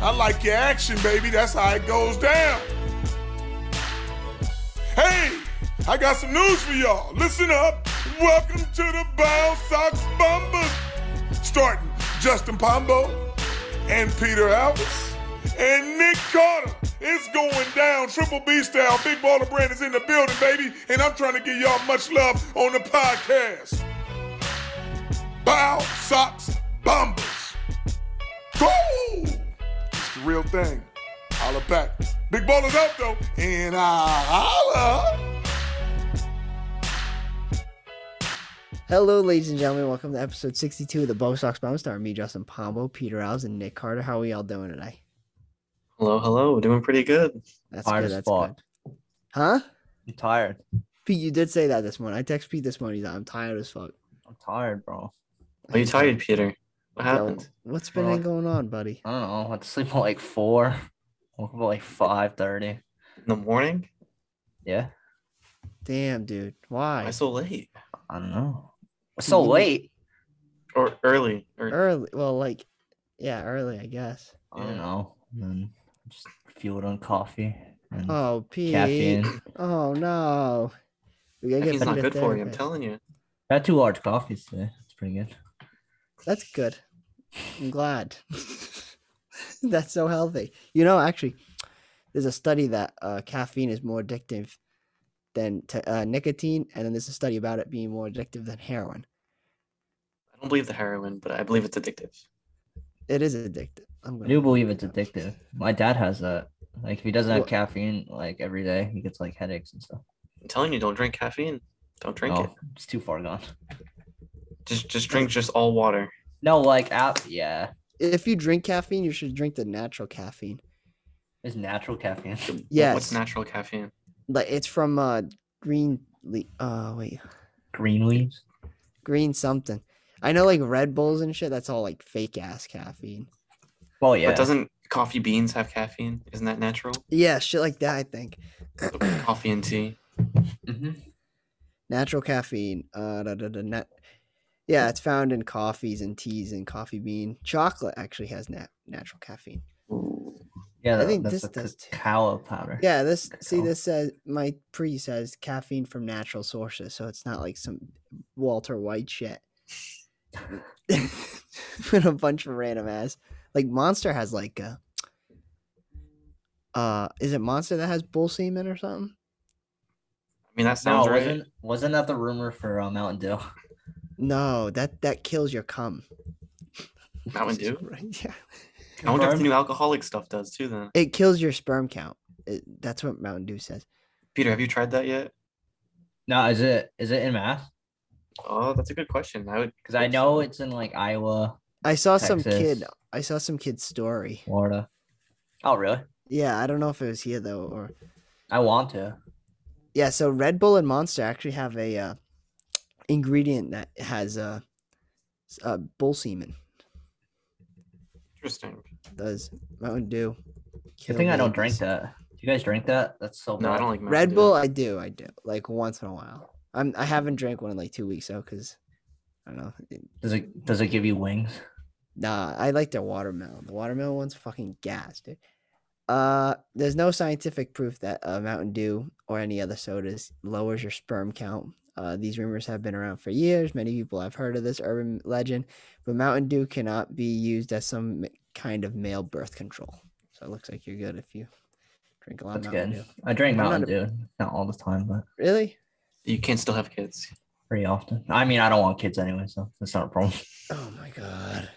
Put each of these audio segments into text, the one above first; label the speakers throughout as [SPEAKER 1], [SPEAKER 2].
[SPEAKER 1] I like your action, baby. That's how it goes down. Hey, I got some news for y'all. Listen up. Welcome to the Bound Sox Bombers. Starting Justin Pombo and Peter Alves and Nick Carter. It's going down. Triple B style. Big Baller Brand is in the building, baby. And I'm trying to give y'all much love on the podcast. Bow Sox Bombers. Cool. It's the real thing. Holla back. Big Baller's out, though. And I holla.
[SPEAKER 2] Hello, ladies and gentlemen. Welcome to episode 62 of the Bo Sox Bomb Star. Me, Justin Pombo, Peter Alves, and Nick Carter. How are we all doing today?
[SPEAKER 3] Hello, hello. Doing pretty good.
[SPEAKER 2] That's
[SPEAKER 4] Tired
[SPEAKER 2] good.
[SPEAKER 4] as
[SPEAKER 2] That's
[SPEAKER 4] fuck.
[SPEAKER 2] good. Huh?
[SPEAKER 4] I'm tired.
[SPEAKER 2] Pete, you did say that this morning. I text Pete this morning. He's like, I'm tired as fuck.
[SPEAKER 4] I'm tired, bro.
[SPEAKER 3] Are you tired, Peter? What
[SPEAKER 2] Yo,
[SPEAKER 3] happened?
[SPEAKER 2] What's been
[SPEAKER 4] Wrong.
[SPEAKER 2] going on, buddy?
[SPEAKER 4] I don't know. I had to sleep at like four. Woke up at like five thirty.
[SPEAKER 3] In the morning?
[SPEAKER 4] Yeah,
[SPEAKER 2] Damn, dude.
[SPEAKER 3] Why
[SPEAKER 2] Why?
[SPEAKER 3] so late?
[SPEAKER 4] I don't know. It's so
[SPEAKER 2] You-
[SPEAKER 4] late.
[SPEAKER 3] Or early? Or
[SPEAKER 2] Early. Well, like, yeah, early, I guess.
[SPEAKER 4] I don't know. And then just fueled on coffee and
[SPEAKER 2] Oh, Pete.
[SPEAKER 4] caffeine.
[SPEAKER 2] Oh, no. We gotta
[SPEAKER 3] he's
[SPEAKER 2] Pete
[SPEAKER 3] not
[SPEAKER 2] a
[SPEAKER 3] good for you. I'm
[SPEAKER 2] therapist.
[SPEAKER 3] telling you.
[SPEAKER 4] Had two large coffees today. It's pretty good.
[SPEAKER 2] That's good. I'm glad. That's so healthy. You know, actually, there's a study that uh, caffeine is more addictive than t- uh, nicotine, and then there's a study about it being more addictive than heroin.
[SPEAKER 3] I don't believe the heroin, but I believe it's addictive.
[SPEAKER 2] It is addictive. I'm
[SPEAKER 4] I
[SPEAKER 2] gonna
[SPEAKER 4] do believe it's
[SPEAKER 2] look it up.
[SPEAKER 4] addictive. My dad has that. Like if he doesn't have
[SPEAKER 2] What-
[SPEAKER 4] caffeine like every day, he gets like headaches and stuff.
[SPEAKER 3] I'm telling you, don't drink caffeine. Don't drink
[SPEAKER 4] no,
[SPEAKER 3] it.
[SPEAKER 4] it's too far gone.
[SPEAKER 3] Just just drink just all water.
[SPEAKER 4] No, like app. Yeah,
[SPEAKER 2] If you drink caffeine, you should drink the natural caffeine.
[SPEAKER 4] it's natural caffeine.
[SPEAKER 3] Yeah.
[SPEAKER 2] Yes,
[SPEAKER 3] What's natural caffeine?
[SPEAKER 2] like it's from uh, green. Le- uh, wait,
[SPEAKER 4] Green leaves.
[SPEAKER 2] green something. I know, like Red Bulls and shit. That's all like fake ass caffeine.
[SPEAKER 4] Oh yeah.
[SPEAKER 3] But doesn't coffee beans have caffeine? Isn't that natural?
[SPEAKER 2] Yeah, shit like that. I think.
[SPEAKER 3] So coffee and tea.
[SPEAKER 4] hmm
[SPEAKER 2] natural caffeine. Uh, da, da, da, nat- yeah, it's found in coffees and teas and coffee bean. Chocolate actually has nat- natural caffeine.
[SPEAKER 4] Yeah,
[SPEAKER 2] I
[SPEAKER 4] that-
[SPEAKER 2] think
[SPEAKER 4] that's
[SPEAKER 2] this
[SPEAKER 4] the
[SPEAKER 2] does too.
[SPEAKER 4] cacao powder.
[SPEAKER 2] Yeah, this see
[SPEAKER 4] Cacao.
[SPEAKER 2] this says my pre says caffeine from natural sources, so it's not like some Walter White shit with a bunch of random ass. Like Monster has like a. Uh, is it Monster that has bull semen or something?
[SPEAKER 3] I mean, that
[SPEAKER 4] No,
[SPEAKER 3] sounds right.
[SPEAKER 4] wasn't wasn't that the rumor for uh, Mountain Dew?
[SPEAKER 2] No, that that kills your cum.
[SPEAKER 3] Mountain Dew?
[SPEAKER 2] Right, yeah.
[SPEAKER 3] I wonder if the
[SPEAKER 4] Confirmed?
[SPEAKER 3] new alcoholic stuff does too. Then
[SPEAKER 2] It kills your sperm count. It, that's what Mountain Dew says.
[SPEAKER 3] Peter, have you tried that yet?
[SPEAKER 4] No, is it is it in math?
[SPEAKER 3] Oh, that's a good question. I would
[SPEAKER 4] Because I know it's in like Iowa,
[SPEAKER 2] I saw some kid.
[SPEAKER 4] Texas.
[SPEAKER 2] I saw some kid's story.
[SPEAKER 4] Florida. Oh really?
[SPEAKER 2] Yeah, I don't know if it was here though, or
[SPEAKER 4] I want to.
[SPEAKER 2] yeah. So Red Bull and Monster actually have a uh, ingredient that has uh, s- uh, bull semen.
[SPEAKER 3] interesting.
[SPEAKER 2] Does Mountain Dew?
[SPEAKER 4] Good
[SPEAKER 2] kill
[SPEAKER 4] thing I don't drink
[SPEAKER 2] babies?
[SPEAKER 4] that. Do you guys drink that? That's so bad.
[SPEAKER 3] No, I don't like Mountain
[SPEAKER 2] Red
[SPEAKER 3] Dew.
[SPEAKER 2] Bull, I do. I do like once in a while. I'm. I haven't drank one in like two weeks though, because I don't know. it-
[SPEAKER 4] Does it does it give you wings?
[SPEAKER 2] Nah, I like the watermelon. The watermelon one's fucking gas, dude. Uh, there's no scientific proof that uh, Mountain Dew or any other sodas lowers your sperm count. Uh, these rumors have been around for years. Many people have heard of this urban legend, but Mountain Dew cannot be used as some m- kind of male birth control. So it looks like you're good if you drink a lot
[SPEAKER 4] That's
[SPEAKER 2] of Mountain
[SPEAKER 4] good.
[SPEAKER 2] Dew.
[SPEAKER 4] I drink
[SPEAKER 2] I'm not
[SPEAKER 4] Mountain Dew. Not all the time, but
[SPEAKER 2] Really?
[SPEAKER 3] You can't still have kids.
[SPEAKER 4] pretty often. I mean, I don't want kids anyway, so that's not a problem.
[SPEAKER 2] Oh my god.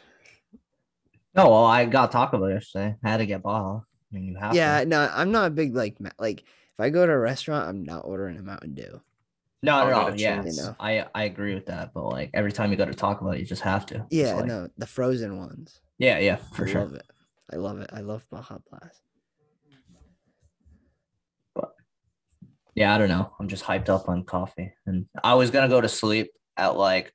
[SPEAKER 4] No, well, I got Taco Bell yesterday. I had to get Baja. I mean, you have
[SPEAKER 2] Yeah,
[SPEAKER 4] to.
[SPEAKER 2] no, I'm not a big like ma- like if I go to a restaurant, I'm not ordering a Mountain Dew.
[SPEAKER 4] No,
[SPEAKER 3] Oh,
[SPEAKER 4] no,
[SPEAKER 3] not
[SPEAKER 4] no,
[SPEAKER 3] a
[SPEAKER 4] yeah,
[SPEAKER 3] chance.
[SPEAKER 2] You know.
[SPEAKER 4] I I agree with that. But like every time you go to Taco Bell, you just have to. It's
[SPEAKER 2] Yeah,
[SPEAKER 4] like-
[SPEAKER 2] no, the frozen ones.
[SPEAKER 4] Yeah, yeah, for
[SPEAKER 2] I
[SPEAKER 4] sure.
[SPEAKER 2] love it. I love it. I love Baja Blast.
[SPEAKER 4] Yeah, I don't know. I'm just hyped up on coffee. And I was gonna go to sleep at like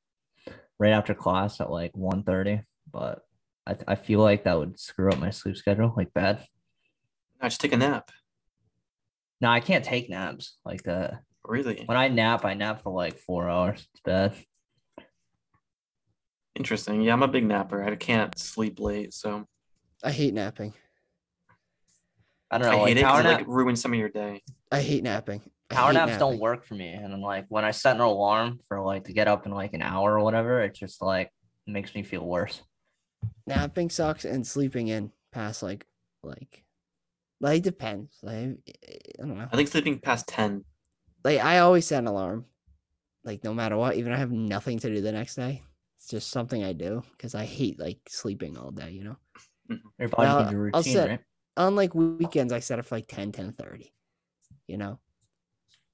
[SPEAKER 4] right after class at like 1.30, but I, I feel like that would screw up my sleep schedule like bad.
[SPEAKER 3] No, just take a nap.
[SPEAKER 4] No, I can't take naps like that.
[SPEAKER 3] Really
[SPEAKER 4] When I nap, I nap for like four hours. It's bad.
[SPEAKER 3] interesting. Yeah, I'm a big napper. I can't sleep late, so
[SPEAKER 2] I hate napping.
[SPEAKER 4] I don't
[SPEAKER 3] I
[SPEAKER 4] know.
[SPEAKER 3] hate
[SPEAKER 4] like,
[SPEAKER 3] it. 'cause
[SPEAKER 4] power
[SPEAKER 3] It,
[SPEAKER 4] nap,
[SPEAKER 3] like ruins some of your day.
[SPEAKER 2] I hate napping. I
[SPEAKER 4] power
[SPEAKER 2] hate
[SPEAKER 4] naps don't
[SPEAKER 2] napping.
[SPEAKER 4] work for me, and I'm like, when I set an alarm for like to get up in like an hour or whatever, it just like makes me feel worse.
[SPEAKER 2] Napping sucks, and sleeping in past like like like it depends. Like I don't know.
[SPEAKER 3] I think sleeping past ten.
[SPEAKER 2] Like I always set an alarm, like no matter what, even if I have nothing to do the next day. It's just something I do because I hate like sleeping all day. You know.
[SPEAKER 4] Your body
[SPEAKER 2] Well,
[SPEAKER 4] needs a
[SPEAKER 2] I'll
[SPEAKER 4] routine,
[SPEAKER 2] set-
[SPEAKER 4] right?
[SPEAKER 2] unlike weekends, I set it for like 10, 10 you know,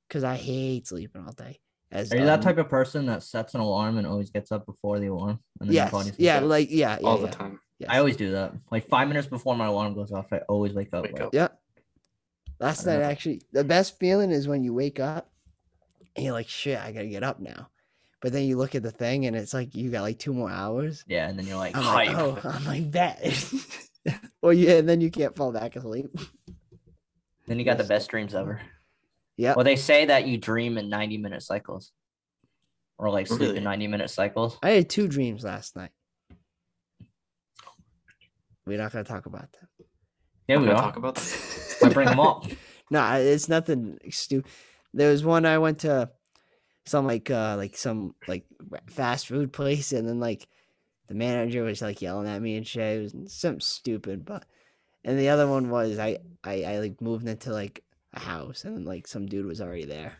[SPEAKER 2] because I hate sleeping all day. As
[SPEAKER 4] Are you that
[SPEAKER 2] um,
[SPEAKER 4] type of person that sets an alarm and always gets up before the alarm? And your
[SPEAKER 2] Yes.
[SPEAKER 4] body's-
[SPEAKER 2] Yeah. Like, yeah. yeah
[SPEAKER 3] all
[SPEAKER 2] yeah,
[SPEAKER 3] the time.
[SPEAKER 2] yes.
[SPEAKER 4] I always do that. Like five minutes before my alarm goes off, I always wake up.
[SPEAKER 3] Wake
[SPEAKER 4] like,
[SPEAKER 3] up.
[SPEAKER 2] Yeah. Last
[SPEAKER 4] I
[SPEAKER 2] night,
[SPEAKER 4] don't know.
[SPEAKER 2] actually, the best feeling is when you wake up and you're like, shit, I got to get up now. But then you look at the thing and it's like, you got like two more hours.
[SPEAKER 4] Yeah, and then you're like,
[SPEAKER 2] I'm
[SPEAKER 4] hype.
[SPEAKER 2] like, oh, I'm like that. well, yeah. And then you can't fall back asleep.
[SPEAKER 4] Then you got the
[SPEAKER 2] Yes.
[SPEAKER 4] best dreams ever.
[SPEAKER 2] Yeah.
[SPEAKER 4] Well, they say that you dream in 90 minute cycles or like sleep
[SPEAKER 3] Really?
[SPEAKER 4] in 90 minute cycles.
[SPEAKER 2] I had two dreams last night. We're not going to talk about them.
[SPEAKER 4] Yeah,
[SPEAKER 3] I'm
[SPEAKER 4] we
[SPEAKER 3] gonna
[SPEAKER 4] are.
[SPEAKER 3] talk about this.
[SPEAKER 4] I bring them up.
[SPEAKER 2] No, I- it's nothing stupid. There was one I went to some like uh like some like ra- fast food place and then like the manager was like yelling at me and shit. It was something stupid, but and the other one was I I, I like moved into like a house and like some dude was already there.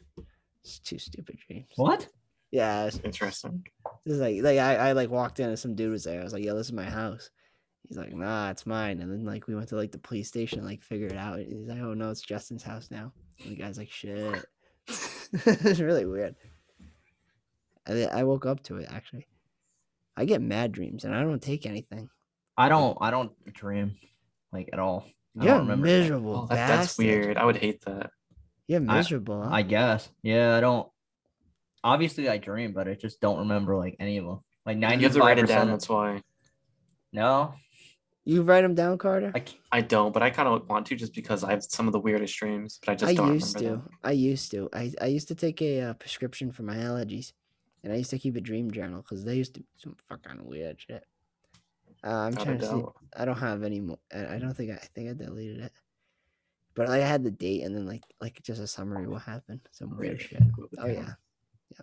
[SPEAKER 2] It's two stupid dreams.
[SPEAKER 4] What?
[SPEAKER 2] Yeah, it's
[SPEAKER 3] Interesting.
[SPEAKER 2] it's like like I, I like walked in and some dude was there. I was like, "Yo, this is my house." He's like, "Nah, it's mine." And then like we went to like the police station, and, like figure it out. And he's like, "Oh no, it's Justin's house now." And the guy's like, "Shit." it's really weird. And then I woke up to it actually. I get mad dreams and I don't take anything.
[SPEAKER 4] I don't. I don't dream like at all. I
[SPEAKER 2] You're
[SPEAKER 4] don't remember.
[SPEAKER 2] miserable.
[SPEAKER 3] Oh, that, that's
[SPEAKER 2] bastard.
[SPEAKER 3] weird. I would hate that.
[SPEAKER 2] You're miserable. huh?
[SPEAKER 4] I guess. Yeah, I don't. Obviously, I dream, but I just don't remember like any of them. Like
[SPEAKER 3] you have to write it
[SPEAKER 4] 95
[SPEAKER 3] down.
[SPEAKER 4] percent.
[SPEAKER 3] That's why
[SPEAKER 4] No,
[SPEAKER 2] you write them down, Carter.
[SPEAKER 4] I can't.
[SPEAKER 3] I don't. But I kind of want to, just because I have some of the weirdest dreams. But I just
[SPEAKER 2] I
[SPEAKER 3] don't
[SPEAKER 2] used to.
[SPEAKER 3] remember them.
[SPEAKER 2] I used to. I, I used to take a uh, prescription for my allergies, and I used to keep a dream journal because they used to do some fucking weird shit. Uh, I'm
[SPEAKER 3] Without a
[SPEAKER 2] trying to see.
[SPEAKER 3] doubt.
[SPEAKER 2] I don't have any more. I I don't think I, I think I deleted it, but I had the date and then like like just a summary of what happened. Some weird
[SPEAKER 3] Really?
[SPEAKER 2] shit. Oh yeah, yeah.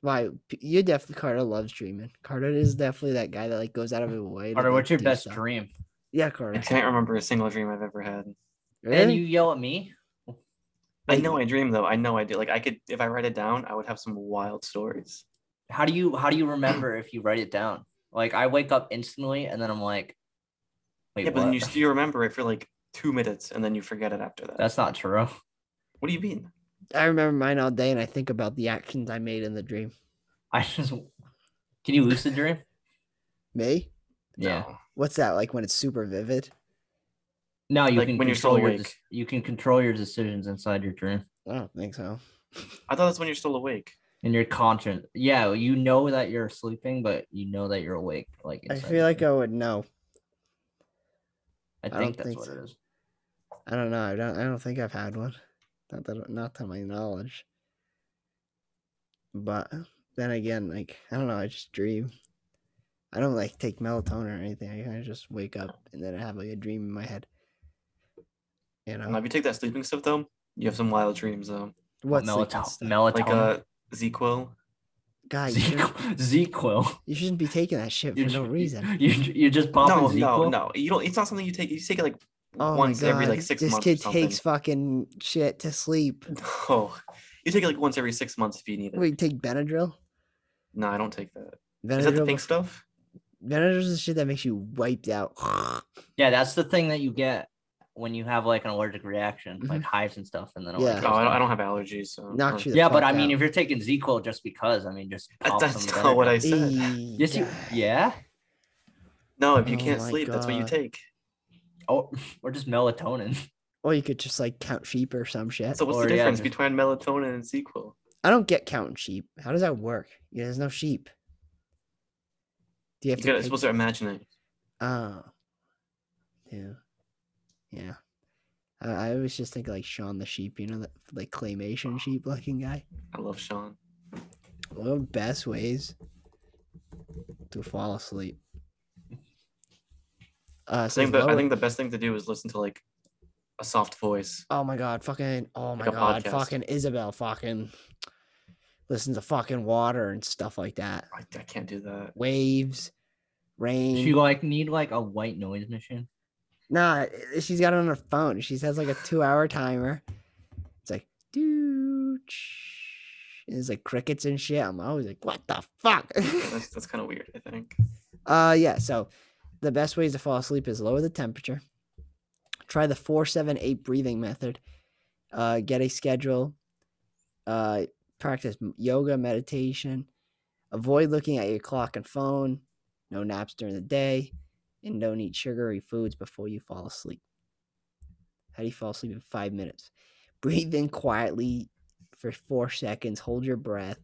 [SPEAKER 2] Why p- you definitely Carter loves dreaming. Carter is definitely that guy that like goes out of his way. to,
[SPEAKER 4] Carter,
[SPEAKER 2] like,
[SPEAKER 4] what's your
[SPEAKER 2] do
[SPEAKER 4] best
[SPEAKER 2] stuff.
[SPEAKER 4] dream?
[SPEAKER 2] Yeah,
[SPEAKER 3] I
[SPEAKER 2] Carter.
[SPEAKER 3] can't remember a single dream I've ever had.
[SPEAKER 4] And
[SPEAKER 2] Really?
[SPEAKER 4] you yell at me.
[SPEAKER 3] I know I dream though. I know I do. Like I could, if I write it down, I would have some wild stories.
[SPEAKER 4] How do you? How do you remember if you write it down? Like I wake up instantly, and then I'm like, wait,
[SPEAKER 3] yeah, but then you
[SPEAKER 4] what?
[SPEAKER 3] still remember it for like two minutes, and then you forget it after that.
[SPEAKER 4] That's not true.
[SPEAKER 3] what do you mean?
[SPEAKER 2] I remember mine all day, and I think about the actions I made in the dream.
[SPEAKER 4] I just. Can you lucid dream?
[SPEAKER 2] Me?
[SPEAKER 4] Yeah.
[SPEAKER 3] No.
[SPEAKER 2] What's that like when it's super vivid?
[SPEAKER 4] No, you
[SPEAKER 3] Like,
[SPEAKER 4] can
[SPEAKER 3] when you're still
[SPEAKER 4] control your
[SPEAKER 3] awake.
[SPEAKER 4] dec- you can control your decisions inside your dream
[SPEAKER 2] I don't think so.
[SPEAKER 3] I thought that's when you're still awake.
[SPEAKER 4] and your conscience. Yeah, you know that you're sleeping, but you know that you're awake. Like
[SPEAKER 2] I
[SPEAKER 4] inside
[SPEAKER 2] feel
[SPEAKER 4] your
[SPEAKER 2] like I
[SPEAKER 4] dream.
[SPEAKER 2] would know.
[SPEAKER 4] I
[SPEAKER 2] don't
[SPEAKER 4] think that's
[SPEAKER 2] think
[SPEAKER 4] what
[SPEAKER 2] so.
[SPEAKER 4] it is.
[SPEAKER 2] I don't know. I don't. I don't think I've had one. Not that. Not to my knowledge. But then again, like I don't know. I just dream. I don't like take melatonin or anything. I kind of just wake up and then I have like a dream in my head. You
[SPEAKER 3] Now,
[SPEAKER 2] know
[SPEAKER 3] if you take that sleeping stuff though, you have some wild dreams though.
[SPEAKER 2] what?
[SPEAKER 4] Melato-
[SPEAKER 2] Melatonin.
[SPEAKER 4] melatonin?
[SPEAKER 3] Like uh, ZQL.
[SPEAKER 2] God, you shouldn't,
[SPEAKER 4] Zequil. Zequil.
[SPEAKER 2] you shouldn't be taking that shit for
[SPEAKER 4] ju-
[SPEAKER 2] no reason.
[SPEAKER 4] You you just popping
[SPEAKER 3] No,
[SPEAKER 4] Zequil?
[SPEAKER 3] no, no. You don't. It's not something you take. You take it like
[SPEAKER 2] Oh
[SPEAKER 3] once
[SPEAKER 2] my god!
[SPEAKER 3] every like six
[SPEAKER 2] this
[SPEAKER 3] months.
[SPEAKER 2] kid
[SPEAKER 3] or something.
[SPEAKER 2] takes fucking shit to sleep.
[SPEAKER 3] No, you take it like once every six months if you need it.
[SPEAKER 2] We take Benadryl.
[SPEAKER 3] No, I don't take that.
[SPEAKER 2] Benadryl
[SPEAKER 3] Is that the pink
[SPEAKER 2] bef-
[SPEAKER 3] stuff?
[SPEAKER 2] Benadryl is the shit that makes you wiped out.
[SPEAKER 4] Yeah, that's the thing that you get when you have like an allergic reaction, like hives and stuff, and then it, like,
[SPEAKER 2] Yeah.
[SPEAKER 3] Oh, I
[SPEAKER 4] goes
[SPEAKER 3] don't, I don't
[SPEAKER 4] down.
[SPEAKER 3] have allergies. So
[SPEAKER 2] Knocks
[SPEAKER 3] or-
[SPEAKER 2] you the
[SPEAKER 4] Yeah, but
[SPEAKER 2] fuck
[SPEAKER 4] I mean,
[SPEAKER 2] out.
[SPEAKER 4] if you're taking Zequil just because, I mean, just
[SPEAKER 3] That-
[SPEAKER 4] pop
[SPEAKER 3] that's
[SPEAKER 4] some
[SPEAKER 3] not what
[SPEAKER 4] Benadryl.
[SPEAKER 3] I said.
[SPEAKER 2] Eee,
[SPEAKER 4] Yes, you.
[SPEAKER 2] God.
[SPEAKER 4] Yeah.
[SPEAKER 3] No, if you
[SPEAKER 2] Oh
[SPEAKER 3] can't
[SPEAKER 2] my
[SPEAKER 3] sleep, that's what you
[SPEAKER 2] God.
[SPEAKER 3] take.
[SPEAKER 4] Oh, or just melatonin.
[SPEAKER 2] Or you could just like count sheep or some shit.
[SPEAKER 3] So what's
[SPEAKER 4] Or,
[SPEAKER 3] the
[SPEAKER 4] yeah,
[SPEAKER 3] difference
[SPEAKER 4] just-
[SPEAKER 3] between melatonin and sequel?
[SPEAKER 2] I don't get counting sheep. How does that work? Yeah, there's no sheep. Do you have
[SPEAKER 3] You
[SPEAKER 2] to?
[SPEAKER 3] gotta,
[SPEAKER 2] pick-
[SPEAKER 3] supposed to imagine it.
[SPEAKER 2] Oh. Yeah. Yeah. I, I always just think like Sean the sheep. You know that like claymation sheep looking guy.
[SPEAKER 3] I love Sean.
[SPEAKER 2] One of the best ways to fall asleep. Uh,
[SPEAKER 3] I
[SPEAKER 2] so
[SPEAKER 3] think, the, I think the best thing to do is listen to like a soft voice.
[SPEAKER 2] Oh my god, fucking oh my
[SPEAKER 3] a
[SPEAKER 2] god,
[SPEAKER 3] podcast.
[SPEAKER 2] fucking Isabel fucking listen to fucking water and stuff like that.
[SPEAKER 3] I, I can't do that.
[SPEAKER 2] Waves, rain.
[SPEAKER 4] Does she like need like a white noise machine?
[SPEAKER 2] Nah, i- she's got it on her phone. She has like a two hour timer. It's like, dude. And it's like crickets and shit. I'm always like, what the fuck?
[SPEAKER 3] That's that's kind of weird. I think.
[SPEAKER 2] uh, yeah. So the best ways to fall asleep is lower the temperature. Try the four, seven, eight breathing method. Uh, get a schedule. Uh, practice m- yoga, meditation. Avoid looking at your clock and phone. No naps during the day, and don't eat sugary foods before you fall asleep. How do you fall asleep in five minutes? Breathe in quietly for four seconds. Hold your breath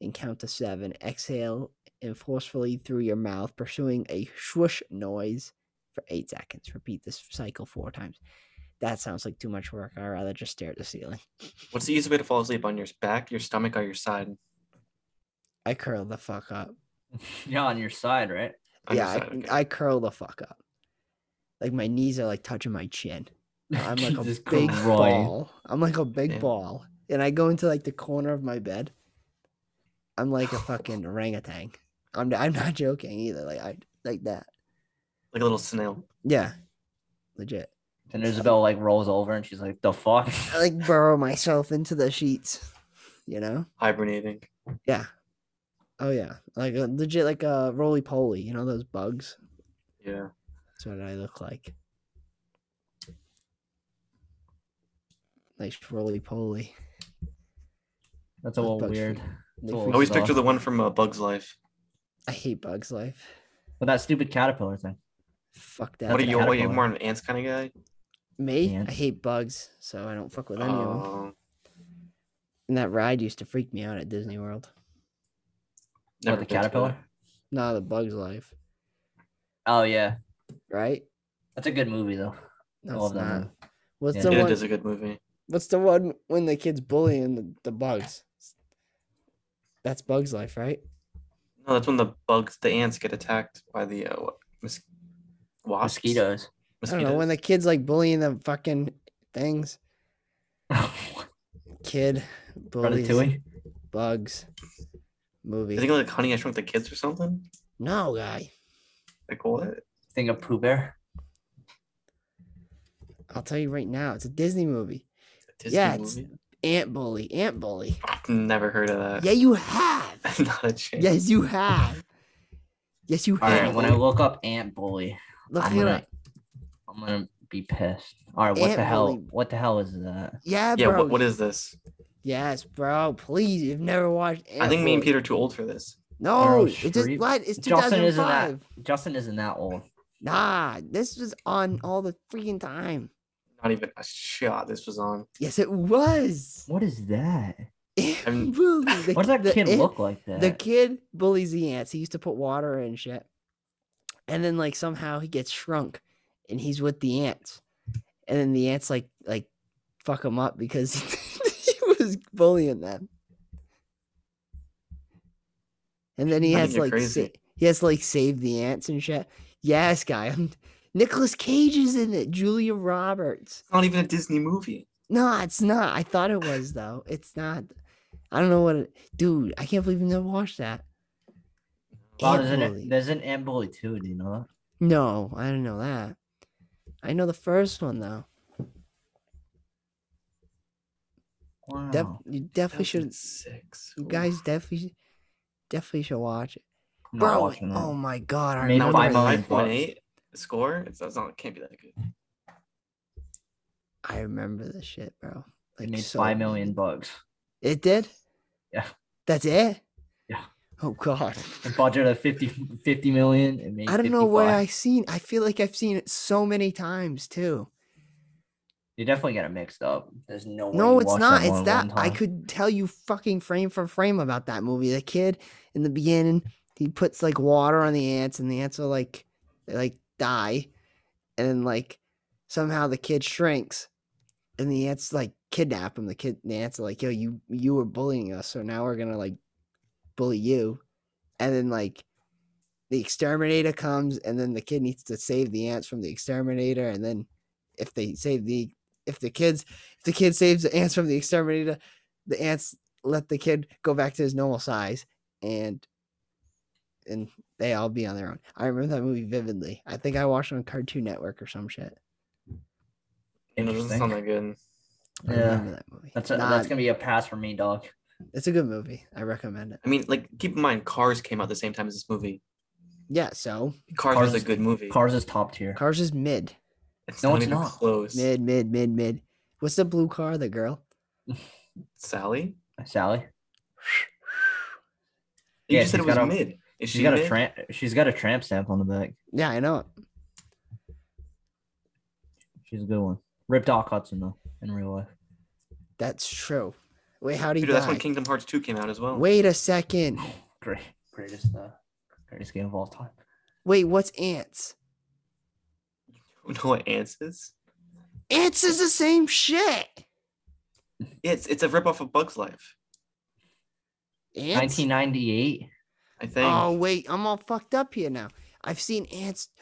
[SPEAKER 2] and count to seven. Exhale and forcefully through your mouth, pursuing a swoosh noise for eight seconds. Repeat this cycle four times. That sounds like too much work. I'd rather just stare at the ceiling.
[SPEAKER 3] What's the easiest way to fall asleep on your back, your stomach, or your side?
[SPEAKER 2] I curl the fuck up.
[SPEAKER 4] yeah, on your side, right?
[SPEAKER 3] On your
[SPEAKER 2] yeah, I,
[SPEAKER 3] side, okay.
[SPEAKER 2] I curl the fuck up. Like my knees are like touching my chin. I'm like a
[SPEAKER 4] Jesus
[SPEAKER 2] big
[SPEAKER 4] Christ.
[SPEAKER 2] ball. I'm like a big
[SPEAKER 3] Yeah.
[SPEAKER 2] ball, and I go into like the corner of my bed. I'm like a fucking orangutan. I'm I'm not joking either. Like I like that.
[SPEAKER 3] like a little snail.
[SPEAKER 2] Yeah, legit.
[SPEAKER 4] And Isabel like rolls over and she's like, "The fuck."
[SPEAKER 2] I like burrow myself into the sheets. You know?
[SPEAKER 3] hibernating.
[SPEAKER 2] Yeah. Oh yeah, like a, legit, like a roly poly. You know those bugs.
[SPEAKER 3] Yeah.
[SPEAKER 2] That's what I look like. Nice roly poly.
[SPEAKER 4] That's a little
[SPEAKER 2] Bugs
[SPEAKER 4] weird.
[SPEAKER 2] They
[SPEAKER 4] Oh,
[SPEAKER 3] I
[SPEAKER 2] freak-
[SPEAKER 3] always
[SPEAKER 4] Bizarre.
[SPEAKER 3] picture the one from uh, Bug's Life.
[SPEAKER 2] I hate Bugs Life.
[SPEAKER 4] But that stupid caterpillar thing.
[SPEAKER 2] Fuck that.
[SPEAKER 3] What are
[SPEAKER 4] a
[SPEAKER 3] you? What are you
[SPEAKER 4] caterpillar.
[SPEAKER 3] more of an ants kind of guy?
[SPEAKER 2] Me?
[SPEAKER 4] Yeah.
[SPEAKER 2] I hate bugs, so I don't fuck with any of them.
[SPEAKER 3] Oh,
[SPEAKER 2] And that ride used to freak me out at Disney World.
[SPEAKER 3] never
[SPEAKER 4] What the
[SPEAKER 3] been to
[SPEAKER 4] caterpillar?
[SPEAKER 3] that.
[SPEAKER 2] Nah, the Bugs Life,
[SPEAKER 4] Oh yeah,
[SPEAKER 2] right?
[SPEAKER 4] that's a good movie though.
[SPEAKER 2] No,
[SPEAKER 4] Love
[SPEAKER 2] it's
[SPEAKER 4] that
[SPEAKER 2] not.
[SPEAKER 4] movie.
[SPEAKER 2] What's
[SPEAKER 4] Yeah.
[SPEAKER 2] the
[SPEAKER 3] Yeah,
[SPEAKER 2] one?
[SPEAKER 3] it is a good movie.
[SPEAKER 2] What's the one when the kid's bullying the, the bugs? That's Bugs Life, right?
[SPEAKER 3] No, that's when the bugs, the ants, get attacked by the uh, what, mos- wasps?
[SPEAKER 4] Mosquitoes.
[SPEAKER 2] I don't know when the kid's like bullying the fucking things. Kid bullies
[SPEAKER 4] Ratatouille.
[SPEAKER 2] bugs
[SPEAKER 3] I
[SPEAKER 2] movie.
[SPEAKER 3] think like Honey, I Shrunk the Kids or something.
[SPEAKER 2] no, guy.
[SPEAKER 3] Like what?
[SPEAKER 4] Think of Pooh Bear.
[SPEAKER 2] I'll tell you right now, it's a Disney movie.
[SPEAKER 3] A Disney
[SPEAKER 2] Yeah, it's-
[SPEAKER 3] movie?
[SPEAKER 2] Ant bully, ant bully.
[SPEAKER 3] Never heard of that.
[SPEAKER 2] Yeah, you have.
[SPEAKER 3] Not a chance.
[SPEAKER 2] Yes, you have. Yes, you
[SPEAKER 4] All
[SPEAKER 2] have.
[SPEAKER 4] right, when I look up Ant Bully,
[SPEAKER 2] Look
[SPEAKER 4] I'm
[SPEAKER 2] it
[SPEAKER 4] gonna,
[SPEAKER 2] up.
[SPEAKER 4] I'm gonna be pissed. All right, what
[SPEAKER 2] Ant
[SPEAKER 4] the hell?
[SPEAKER 2] Bully.
[SPEAKER 4] What the hell is that?
[SPEAKER 2] Yeah,
[SPEAKER 3] Yeah.
[SPEAKER 2] bro.
[SPEAKER 3] What, what is this?
[SPEAKER 2] yes, bro. Please, you've never watched.
[SPEAKER 3] I
[SPEAKER 2] Ant
[SPEAKER 3] think me and
[SPEAKER 2] Bully.
[SPEAKER 3] Peter are too old for this.
[SPEAKER 2] No,
[SPEAKER 4] Meryl
[SPEAKER 2] it's just
[SPEAKER 4] Streep.
[SPEAKER 2] what? It's
[SPEAKER 4] Justin isn't that-
[SPEAKER 2] 2005.
[SPEAKER 4] Justin isn't that old.
[SPEAKER 2] Nah, this was on all the freaking time.
[SPEAKER 3] Not even a shot. This was on.
[SPEAKER 2] Yes, it was.
[SPEAKER 4] What is that?
[SPEAKER 3] I'm-
[SPEAKER 2] Ant Bully. The-
[SPEAKER 4] What does that
[SPEAKER 2] the
[SPEAKER 4] kid
[SPEAKER 2] ant-
[SPEAKER 4] look like? That
[SPEAKER 2] The kid bullies the ants. He used to put water in shit. And then like somehow he gets shrunk and he's with the ants. And then the ants like like fuck him up because he was bullying them. And then he
[SPEAKER 3] I think
[SPEAKER 2] has
[SPEAKER 3] you're
[SPEAKER 2] like sa-
[SPEAKER 3] crazy.
[SPEAKER 2] he has to, like save the ants and shit. Yes, guy. I'm Nicholas Cage is in it. Julia Roberts.
[SPEAKER 3] It's not even a Disney movie.
[SPEAKER 2] No, it's not. I thought it was though. It's not. I don't know what it, dude, I can't believe you never watched that.
[SPEAKER 4] Wow,
[SPEAKER 2] Ant
[SPEAKER 4] there's,
[SPEAKER 2] Bully.
[SPEAKER 4] an, there's an Ant Bully too. Do you know that?
[SPEAKER 2] No, I don't know that. I know the first one though.
[SPEAKER 4] Wow.
[SPEAKER 2] Def- you definitely should.
[SPEAKER 3] 2006.
[SPEAKER 2] You
[SPEAKER 3] Ooh.
[SPEAKER 2] guys definitely, definitely should watch it,
[SPEAKER 4] I'm not
[SPEAKER 2] bro.
[SPEAKER 4] watching that.
[SPEAKER 2] Oh my god, I
[SPEAKER 4] Made
[SPEAKER 2] remember.
[SPEAKER 3] Now by
[SPEAKER 4] five
[SPEAKER 2] I,
[SPEAKER 4] million
[SPEAKER 3] five point eight score. It's that's not. It can't be that good.
[SPEAKER 2] I remember this shit, bro.
[SPEAKER 4] It made
[SPEAKER 2] so
[SPEAKER 4] five
[SPEAKER 2] many-
[SPEAKER 4] million bucks.
[SPEAKER 2] It did.
[SPEAKER 4] Yeah.
[SPEAKER 2] That's it.
[SPEAKER 4] Yeah.
[SPEAKER 2] Oh god,
[SPEAKER 4] A budget of 50, 50 million. It made
[SPEAKER 2] I don't know where
[SPEAKER 4] 55.
[SPEAKER 2] I've seen. I feel like I've seen it so many times too.
[SPEAKER 4] You definitely got it mixed up. There's no way.
[SPEAKER 2] No,
[SPEAKER 4] you
[SPEAKER 2] it's
[SPEAKER 4] watched
[SPEAKER 2] not.
[SPEAKER 4] more
[SPEAKER 2] It's
[SPEAKER 4] than
[SPEAKER 2] that
[SPEAKER 4] one
[SPEAKER 2] I
[SPEAKER 4] time.
[SPEAKER 2] could tell you fucking frame for frame about that movie. The kid in the beginning, he puts like water on the ants, and the ants are like, they like die, and then like somehow the kid shrinks, and the ants like kidnap him. The kid, the ants are like, yo, you you were bullying us, so now we're gonna like bully you, and then like the exterminator comes, and then the kid needs to save the ants from the exterminator, and then if they save the if the kids if the kid saves the ants from the exterminator, the ants let the kid go back to his normal size and and they all be on their own. I remember that movie vividly. I think I watched it on Cartoon Network or some shit.
[SPEAKER 3] It doesn't sound
[SPEAKER 4] Interesting.
[SPEAKER 3] that good.
[SPEAKER 2] I
[SPEAKER 4] Yeah.
[SPEAKER 2] remember that movie.
[SPEAKER 4] That's a,
[SPEAKER 2] Nah,
[SPEAKER 4] that's gonna be a pass for me, dog.
[SPEAKER 2] it's a good movie. I recommend it.
[SPEAKER 3] I mean, like, keep in mind, Cars came out the same time as this movie.
[SPEAKER 2] Yeah, so
[SPEAKER 3] Cars, was
[SPEAKER 4] Cars-
[SPEAKER 3] a good movie.
[SPEAKER 4] Cars is top tier.
[SPEAKER 2] Cars is mid.
[SPEAKER 3] it's
[SPEAKER 4] No,
[SPEAKER 3] not
[SPEAKER 4] it's
[SPEAKER 3] even
[SPEAKER 4] not.
[SPEAKER 3] close.
[SPEAKER 2] Mid, mid, mid, mid. What's the blue car, the girl?
[SPEAKER 3] Sally,
[SPEAKER 4] Sally.
[SPEAKER 3] you
[SPEAKER 4] Yeah,
[SPEAKER 3] just said it
[SPEAKER 4] she's
[SPEAKER 3] was
[SPEAKER 4] got a-
[SPEAKER 3] mid. Is she
[SPEAKER 4] She's got
[SPEAKER 3] mid?
[SPEAKER 4] a tramp. She's got a tramp stamp on the back.
[SPEAKER 2] Yeah, I know. it.
[SPEAKER 4] She's a good one. Ripped Doc Hudson though in real life.
[SPEAKER 2] That's true. Wait, how do you
[SPEAKER 3] Peter, that's when
[SPEAKER 2] die?
[SPEAKER 3] Kingdom Hearts 2 came out as well.
[SPEAKER 2] Wait a second.
[SPEAKER 4] Great, greatest, uh, greatest game of all time.
[SPEAKER 2] Wait, what's ants?
[SPEAKER 3] You know what ants is?
[SPEAKER 2] Ants is the same shit.
[SPEAKER 3] It's it's a ripoff of Bug's Life,
[SPEAKER 2] Ants.
[SPEAKER 4] 1998.
[SPEAKER 3] I think.
[SPEAKER 2] Oh wait, I'm all fucked up here now. I've seen ants.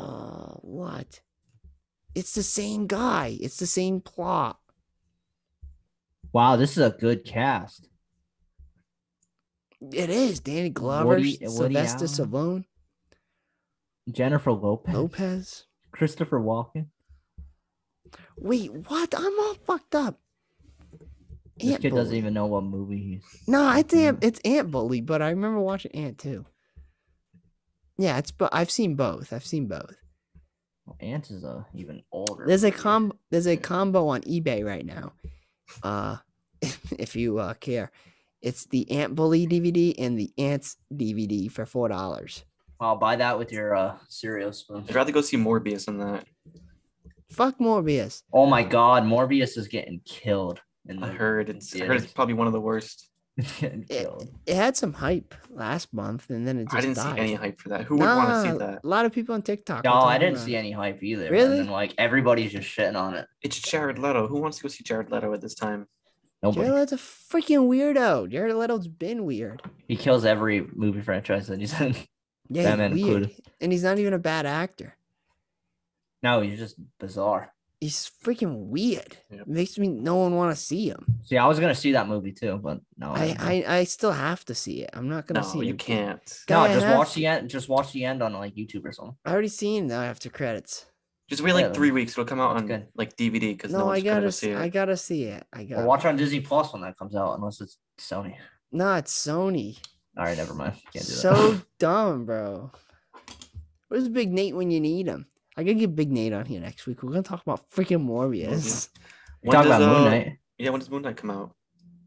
[SPEAKER 2] Oh, what? It's the same guy. It's the same plot.
[SPEAKER 4] Wow, this is a good cast.
[SPEAKER 2] It is Danny Glover,
[SPEAKER 4] Woody- Woody
[SPEAKER 2] Sylvester Stallone,
[SPEAKER 4] Jennifer Lopez,
[SPEAKER 2] Lopez.
[SPEAKER 4] Christopher Walken.
[SPEAKER 2] Wait, what? I'm all fucked up.
[SPEAKER 4] This
[SPEAKER 2] Ant
[SPEAKER 4] kid doesn't
[SPEAKER 2] Bully.
[SPEAKER 4] even know what movie he's.
[SPEAKER 2] No, I think it's Ant Bully, but I remember watching Ant too. Yeah, it's but I've seen both. I've seen both.
[SPEAKER 4] Well, Ants is a even older.
[SPEAKER 2] There's a
[SPEAKER 4] movie.
[SPEAKER 2] com there's a combo on eBay right now. Uh if you uh, care. It's the Ant Bully DVD and the Ants DVD for four dollars.
[SPEAKER 4] I'll buy that with your uh, cereal spoon.
[SPEAKER 3] I'd rather go see Morbius than that.
[SPEAKER 2] Fuck Morbius.
[SPEAKER 4] Oh my God, Morbius is getting killed. In the,
[SPEAKER 3] I heard it's I heard it's
[SPEAKER 4] theaters.
[SPEAKER 3] probably one of the worst.
[SPEAKER 4] getting
[SPEAKER 2] It,
[SPEAKER 4] killed.
[SPEAKER 2] it had some hype last month and then it just
[SPEAKER 3] I didn't
[SPEAKER 2] died.
[SPEAKER 3] see any hype for that. Who would want to
[SPEAKER 2] Nah,
[SPEAKER 3] see that?
[SPEAKER 2] A lot of people on TikTok. were
[SPEAKER 4] No, I
[SPEAKER 2] talking
[SPEAKER 4] didn't
[SPEAKER 2] about
[SPEAKER 4] see
[SPEAKER 2] it.
[SPEAKER 4] any hype either. man,
[SPEAKER 2] Really?
[SPEAKER 4] And like everybody's just shitting on it.
[SPEAKER 3] It's Jared Leto. Who wants to go see Jared Leto at this time?
[SPEAKER 4] Nobody.
[SPEAKER 2] Jared Leto's a freaking weirdo. Jared Leto's been weird.
[SPEAKER 4] He kills every movie franchise that he's in.
[SPEAKER 2] Yeah,
[SPEAKER 4] Batman
[SPEAKER 2] he's weird.
[SPEAKER 4] included.
[SPEAKER 2] And he's not even a bad actor.
[SPEAKER 4] No, he's just bizarre.
[SPEAKER 2] He's freaking weird.
[SPEAKER 3] Yep.
[SPEAKER 2] Makes me no one want to see him.
[SPEAKER 4] See, I was gonna see that movie too, but no. Oh, I, didn't.
[SPEAKER 2] I, I I still have to see it. I'm not gonna
[SPEAKER 3] No,
[SPEAKER 2] see it.
[SPEAKER 3] you
[SPEAKER 2] again.
[SPEAKER 3] can't.
[SPEAKER 4] no,
[SPEAKER 2] guy
[SPEAKER 4] just
[SPEAKER 2] have
[SPEAKER 4] watch
[SPEAKER 2] to-
[SPEAKER 4] the end. Just watch the end on like YouTube or something.
[SPEAKER 2] I already seen the after credits.
[SPEAKER 3] Just wait
[SPEAKER 4] Yeah,
[SPEAKER 3] like three weeks. It'll come out
[SPEAKER 4] that's
[SPEAKER 3] on
[SPEAKER 4] good.
[SPEAKER 3] like DVD because no,
[SPEAKER 2] No, I
[SPEAKER 3] one's gonna
[SPEAKER 2] gotta
[SPEAKER 3] go
[SPEAKER 2] s-
[SPEAKER 3] see
[SPEAKER 2] I
[SPEAKER 3] it.
[SPEAKER 2] gotta see it. I got
[SPEAKER 4] Or watch on Disney Plus when that comes out, unless it's Sony.
[SPEAKER 2] No, it's Sony.
[SPEAKER 4] All right, never mind. Can't do that.
[SPEAKER 2] So dumb, bro. Where's Big Nate when you need him? I gotta get Big Nate on here next week. We're gonna talk about freaking Morbius.
[SPEAKER 4] You're
[SPEAKER 3] When
[SPEAKER 4] talking
[SPEAKER 3] does,
[SPEAKER 4] about Moon
[SPEAKER 3] uh,
[SPEAKER 4] Knight.
[SPEAKER 3] Yeah, when does Moon Knight come out?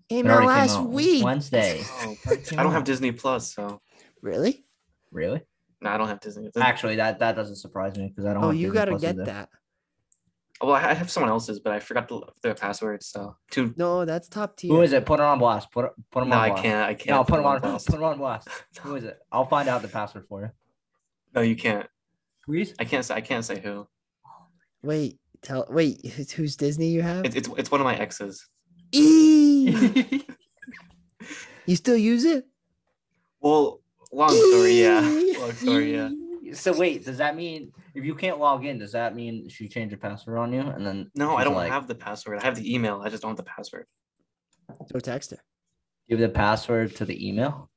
[SPEAKER 2] Came
[SPEAKER 4] It
[SPEAKER 2] out
[SPEAKER 4] already came
[SPEAKER 2] last
[SPEAKER 4] out
[SPEAKER 2] week.
[SPEAKER 4] Wednesday.
[SPEAKER 3] Oh,
[SPEAKER 4] Already came
[SPEAKER 3] I don't have
[SPEAKER 4] out.
[SPEAKER 3] Disney Plus, so
[SPEAKER 2] Really?
[SPEAKER 4] Really?
[SPEAKER 3] no, I don't have Disney. Disney-
[SPEAKER 4] Actually, that that doesn't surprise me because I don't.
[SPEAKER 2] Oh,
[SPEAKER 4] have
[SPEAKER 2] you
[SPEAKER 4] Disney
[SPEAKER 2] gotta
[SPEAKER 4] Plus
[SPEAKER 2] get
[SPEAKER 4] either.
[SPEAKER 2] that.
[SPEAKER 3] Well, I I have someone else's, but I forgot the, their password. So, two.
[SPEAKER 2] No, that's top tier.
[SPEAKER 4] Who is it? Put it on blast. Put put him
[SPEAKER 3] No,
[SPEAKER 4] on
[SPEAKER 3] I
[SPEAKER 4] blast.
[SPEAKER 3] can't. I can't.
[SPEAKER 4] No, put him on.
[SPEAKER 3] blast.
[SPEAKER 4] Put him on blast. Who is it? I'll find out the password for you.
[SPEAKER 3] No, you can't.
[SPEAKER 4] Please.
[SPEAKER 3] I can't say. I can't say who.
[SPEAKER 2] Wait, tell wait, who's, who's Disney you have?
[SPEAKER 3] It's it's, it's one of my exes.
[SPEAKER 2] Eee! you still use it? E!
[SPEAKER 3] well, long story, yeah. Long story, yeah.
[SPEAKER 4] So wait, does that mean if you can't log in, does that mean she changed her password on you? And then
[SPEAKER 3] No, I
[SPEAKER 4] she's
[SPEAKER 3] don't
[SPEAKER 4] like,
[SPEAKER 3] have the password. I have the email. I just don't have the password.
[SPEAKER 2] Go text her.
[SPEAKER 4] give the password to the email.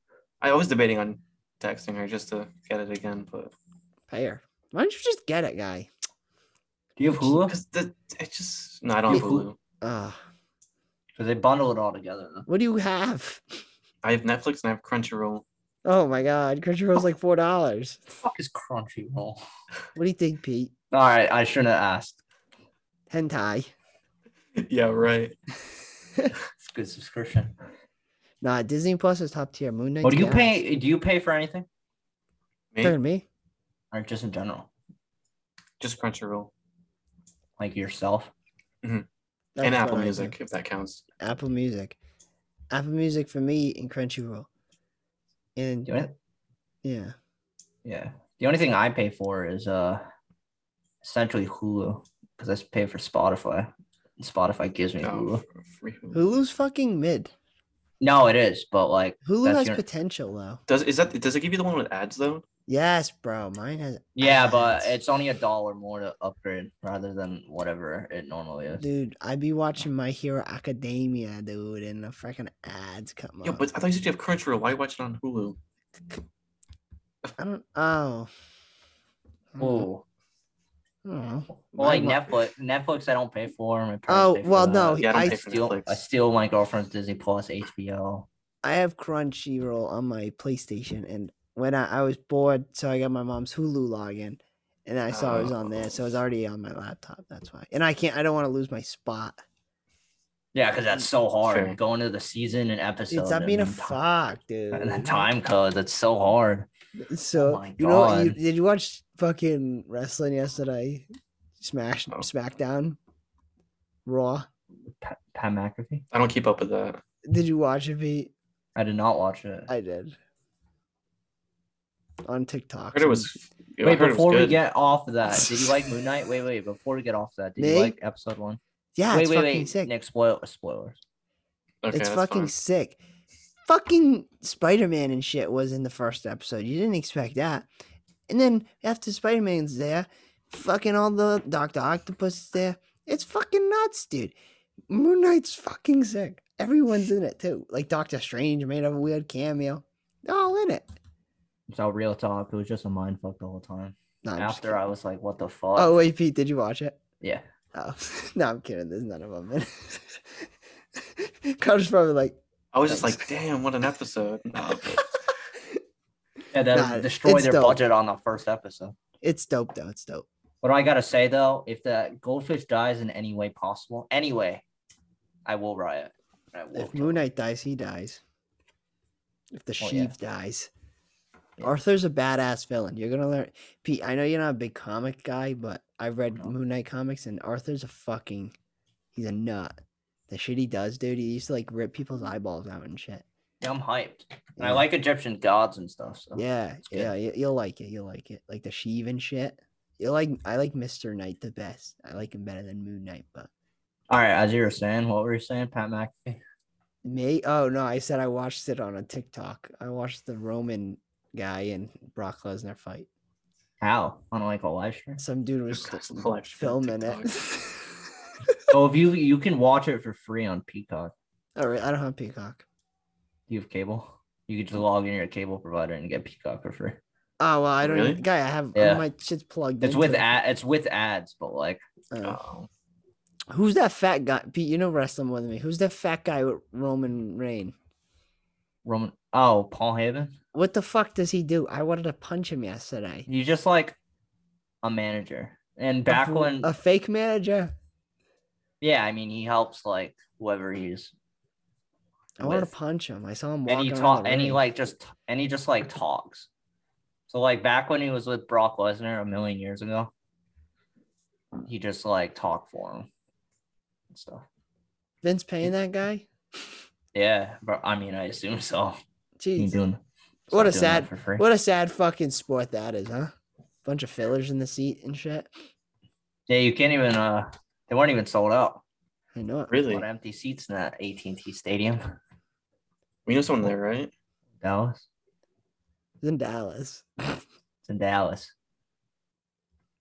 [SPEAKER 3] I was debating on texting her just to get it again, but
[SPEAKER 2] Pay her. Why don't you just get it, guy?
[SPEAKER 4] Do you have Hulu?
[SPEAKER 3] because the it just no, I don't have
[SPEAKER 4] Yeah, Hulu.
[SPEAKER 3] Hulu.
[SPEAKER 2] Uh,
[SPEAKER 4] Because they bundle it all together. Though.
[SPEAKER 2] what do you have?
[SPEAKER 3] I have Netflix and I have Crunchyroll.
[SPEAKER 2] Oh my god, Crunchyroll's like four dollars.
[SPEAKER 4] The fuck is Crunchyroll? All
[SPEAKER 2] What do you think, Pete?
[SPEAKER 4] right, I shouldn't have asked.
[SPEAKER 2] Hentai.
[SPEAKER 3] yeah, right.
[SPEAKER 4] It's a good subscription.
[SPEAKER 2] Nah, Disney Plus is top tier. Moon Knight.
[SPEAKER 4] Oh, do you pay? Do you pay for anything,
[SPEAKER 3] Me,
[SPEAKER 2] me.
[SPEAKER 4] or just in general,
[SPEAKER 3] just Crunchyroll
[SPEAKER 4] like yourself?
[SPEAKER 2] That's
[SPEAKER 3] and Apple
[SPEAKER 2] what I do.
[SPEAKER 3] Music if that counts.
[SPEAKER 2] Apple Music. Apple Music for me and Crunchyroll. And
[SPEAKER 4] Do it.
[SPEAKER 2] yeah.
[SPEAKER 4] Yeah. The only thing I pay for is uh essentially Hulu because I s- pay for Spotify. And Spotify gives me
[SPEAKER 3] No,
[SPEAKER 4] Hulu.
[SPEAKER 3] f- Oh, free Hulu.
[SPEAKER 2] Hulu's fucking mid.
[SPEAKER 4] No, it is, but like
[SPEAKER 2] Hulu
[SPEAKER 4] That's
[SPEAKER 2] has
[SPEAKER 4] your-
[SPEAKER 2] potential though.
[SPEAKER 3] Does is that does it give you the one with ads though?
[SPEAKER 2] Yes, bro. Mine has.
[SPEAKER 4] Yeah, but
[SPEAKER 2] ads.
[SPEAKER 4] it's only a dollar more to upgrade rather than whatever it normally is.
[SPEAKER 2] Dude, I be watching My Hero Academia, dude, and the freaking ads come
[SPEAKER 3] Yeah,
[SPEAKER 2] up.
[SPEAKER 3] but I thought you said you have Crunchyroll. Why are you watching on Hulu?
[SPEAKER 2] I don't. Oh. I don't know.
[SPEAKER 4] Ooh.
[SPEAKER 2] I don't know.
[SPEAKER 4] Well, like
[SPEAKER 2] Mine wa-
[SPEAKER 4] Netflix, Netflix, I don't pay for. My parents
[SPEAKER 2] Oh,
[SPEAKER 4] pay for
[SPEAKER 2] well,
[SPEAKER 4] that.
[SPEAKER 2] no,
[SPEAKER 3] Yeah, I don't
[SPEAKER 2] I
[SPEAKER 3] pay for
[SPEAKER 4] Steal,
[SPEAKER 3] Netflix.
[SPEAKER 4] I steal my girlfriend's Disney Plus, HBO.
[SPEAKER 2] I have Crunchyroll on my PlayStation, and when I, I was bored, so I got my mom's Hulu login, and I saw it was on there,
[SPEAKER 4] Oh.
[SPEAKER 2] so it's already on my laptop. That's why, and I can't. I don't want to lose my spot.
[SPEAKER 4] Yeah, because that's so hard.
[SPEAKER 3] Fair.
[SPEAKER 4] Going to the season and episode.
[SPEAKER 2] Dude, stop
[SPEAKER 4] and
[SPEAKER 2] being a
[SPEAKER 4] then ti-
[SPEAKER 2] fuck, dude.
[SPEAKER 4] And the time code. That's so hard.
[SPEAKER 2] So
[SPEAKER 4] my
[SPEAKER 2] you know, you,
[SPEAKER 4] God.
[SPEAKER 2] did you watch fucking wrestling yesterday? Smash
[SPEAKER 4] Oh.
[SPEAKER 3] No.
[SPEAKER 2] SmackDown, Raw.
[SPEAKER 4] Pa- Pat McAfee.
[SPEAKER 3] I don't keep up with that.
[SPEAKER 2] Did you watch it? Pete?
[SPEAKER 4] I did not watch it.
[SPEAKER 2] I did. On TikTok.
[SPEAKER 3] I heard it
[SPEAKER 2] some-
[SPEAKER 3] was. I
[SPEAKER 4] wait,
[SPEAKER 3] heard it was
[SPEAKER 4] before we
[SPEAKER 3] good.
[SPEAKER 4] get off of that, did you like Moon Knight? Wait, wait. Before we get off that, did
[SPEAKER 2] Me?
[SPEAKER 4] you like episode one?
[SPEAKER 2] yeah.
[SPEAKER 4] wait,
[SPEAKER 2] it's
[SPEAKER 4] wait,
[SPEAKER 2] fucking
[SPEAKER 4] wait.
[SPEAKER 2] sick.
[SPEAKER 4] Nick, spoil spoilers.
[SPEAKER 3] Okay,
[SPEAKER 2] it's
[SPEAKER 3] that's
[SPEAKER 2] fucking
[SPEAKER 3] fine.
[SPEAKER 2] sick. Fucking Spider Man and shit was in the first episode. You didn't expect that. And then after Spider Man's there, fucking all the Doctor Octopus is there. It's fucking nuts, dude. Moon Knight's fucking sick. Everyone's in it too. Like Doctor Strange made a weird cameo. They're all in it.
[SPEAKER 4] So real talk, it was just a mind fuck the whole time.
[SPEAKER 2] No, I'm just
[SPEAKER 4] After I was like, what the fuck?
[SPEAKER 2] kidding. oh wait, Pete, did you watch it?
[SPEAKER 4] yeah.
[SPEAKER 2] Oh no, I'm kidding. There's none of them in it. Carter's probably like,
[SPEAKER 3] I was just
[SPEAKER 2] Thanks.
[SPEAKER 3] like, damn, what an episode. Oh, No,
[SPEAKER 4] Yeah, they
[SPEAKER 2] Nah,
[SPEAKER 4] destroyed
[SPEAKER 2] it's
[SPEAKER 4] their
[SPEAKER 2] dope.
[SPEAKER 4] budget on the first episode.
[SPEAKER 2] it's dope though. It's dope.
[SPEAKER 4] What I gotta say though, if the goldfish dies in any way possible, anyway, I will riot. I will.
[SPEAKER 2] If Moon Knight dies, he dies. If the
[SPEAKER 4] Well,
[SPEAKER 2] Sheev
[SPEAKER 4] yeah.
[SPEAKER 2] dies,
[SPEAKER 4] Yeah.
[SPEAKER 2] Arthur's a badass villain. You're gonna learn, Pete. I know you're not a big comic guy, but I've read
[SPEAKER 4] No.
[SPEAKER 2] Moon Knight comics, and Arthur's a fucking, he's a nut. The shit he does, dude. He used to like rip people's eyeballs out and shit.
[SPEAKER 4] Yeah, I'm hyped. And
[SPEAKER 2] Yeah.
[SPEAKER 4] I like Egyptian gods and stuff. So.
[SPEAKER 2] Yeah,
[SPEAKER 4] good.
[SPEAKER 2] yeah. You, you'll like it. You'll like it. Like the Sheev and shit. You like I like Mister Knight the best. I like him better than Moon Knight, but
[SPEAKER 4] All right, as you were saying, what were you saying, Pat McAfee?
[SPEAKER 2] Me? Oh no, I said I watched it on a TikTok. I watched the Roman guy and Brock Lesnar fight.
[SPEAKER 4] How on like a live stream?
[SPEAKER 2] Some dude was
[SPEAKER 3] Brock
[SPEAKER 2] just
[SPEAKER 3] Lesnar live stream on
[SPEAKER 2] filming it.
[SPEAKER 4] Oh, if you you can watch it for free on Peacock.
[SPEAKER 2] All right, Oh, I don't have Peacock.
[SPEAKER 4] Do you have cable? You could just log in your cable provider and get Peacock for free.
[SPEAKER 2] Oh well, I don't.
[SPEAKER 3] Really?
[SPEAKER 2] even- Guy, I have
[SPEAKER 4] Yeah.
[SPEAKER 2] my shit's plugged.
[SPEAKER 4] It's
[SPEAKER 2] into
[SPEAKER 4] with
[SPEAKER 2] it.
[SPEAKER 4] ad, it's with ads, but like
[SPEAKER 2] Oh.
[SPEAKER 3] Oh,
[SPEAKER 2] who's that fat guy? Pete, you know wrestling more than me. Who's that fat guy with Roman Reign?
[SPEAKER 4] Roman. Oh, Paul Haven.
[SPEAKER 2] What the fuck does he do? I wanted to punch him yesterday.
[SPEAKER 4] You just like a manager. And back
[SPEAKER 2] a, fu-
[SPEAKER 4] when
[SPEAKER 2] a fake manager.
[SPEAKER 4] Yeah, I mean, he helps like whoever he's,
[SPEAKER 2] I wanted to
[SPEAKER 4] with-
[SPEAKER 2] punch him. I saw him walking
[SPEAKER 4] and he
[SPEAKER 2] around
[SPEAKER 4] talk,
[SPEAKER 2] the
[SPEAKER 4] and he
[SPEAKER 2] ring.
[SPEAKER 4] like just, and he just like talks. So like back when he was with Brock Lesnar a million years ago, he just like talked for him and stuff.
[SPEAKER 2] Vince paying that guy.
[SPEAKER 4] Yeah, but I mean, I assume so. He
[SPEAKER 2] Jeez.
[SPEAKER 4] doing
[SPEAKER 2] What a
[SPEAKER 4] he's doing that
[SPEAKER 2] sad-
[SPEAKER 4] for free.
[SPEAKER 2] What a sad fucking sport that is, huh? Bunch of fillers in the seat and shit.
[SPEAKER 4] Yeah, you can't even. uh They weren't even sold out.
[SPEAKER 2] I know it.
[SPEAKER 4] A
[SPEAKER 3] really?
[SPEAKER 4] lot of empty seats in that AT&T Stadium,
[SPEAKER 3] We know someone there, right?
[SPEAKER 4] Dallas.
[SPEAKER 2] It's in Dallas.
[SPEAKER 4] It's in Dallas.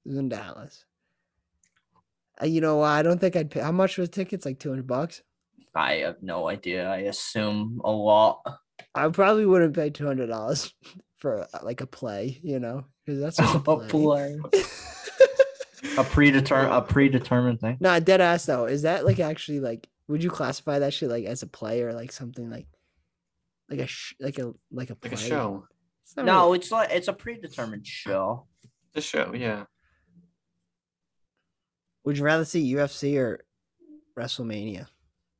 [SPEAKER 2] It's in Dallas. Uh, you know, I don't think I'd pay. How much was tickets? Like two hundred bucks.
[SPEAKER 4] I have no idea. I assume a lot.
[SPEAKER 2] I probably wouldn't pay two hundred dollars for uh, like a play. You know, because that's just
[SPEAKER 4] a
[SPEAKER 2] a play.
[SPEAKER 4] play. a predetermined a predetermined thing.
[SPEAKER 2] Nah, dead ass though. Is that like actually like? Would you classify that shit like as a play or like something like, like a sh- like a like a play?
[SPEAKER 3] Like a show.
[SPEAKER 2] It's not
[SPEAKER 4] No,
[SPEAKER 2] really-
[SPEAKER 4] it's like it's a predetermined show.
[SPEAKER 3] The show, yeah.
[SPEAKER 2] Would you rather see UFC or WrestleMania?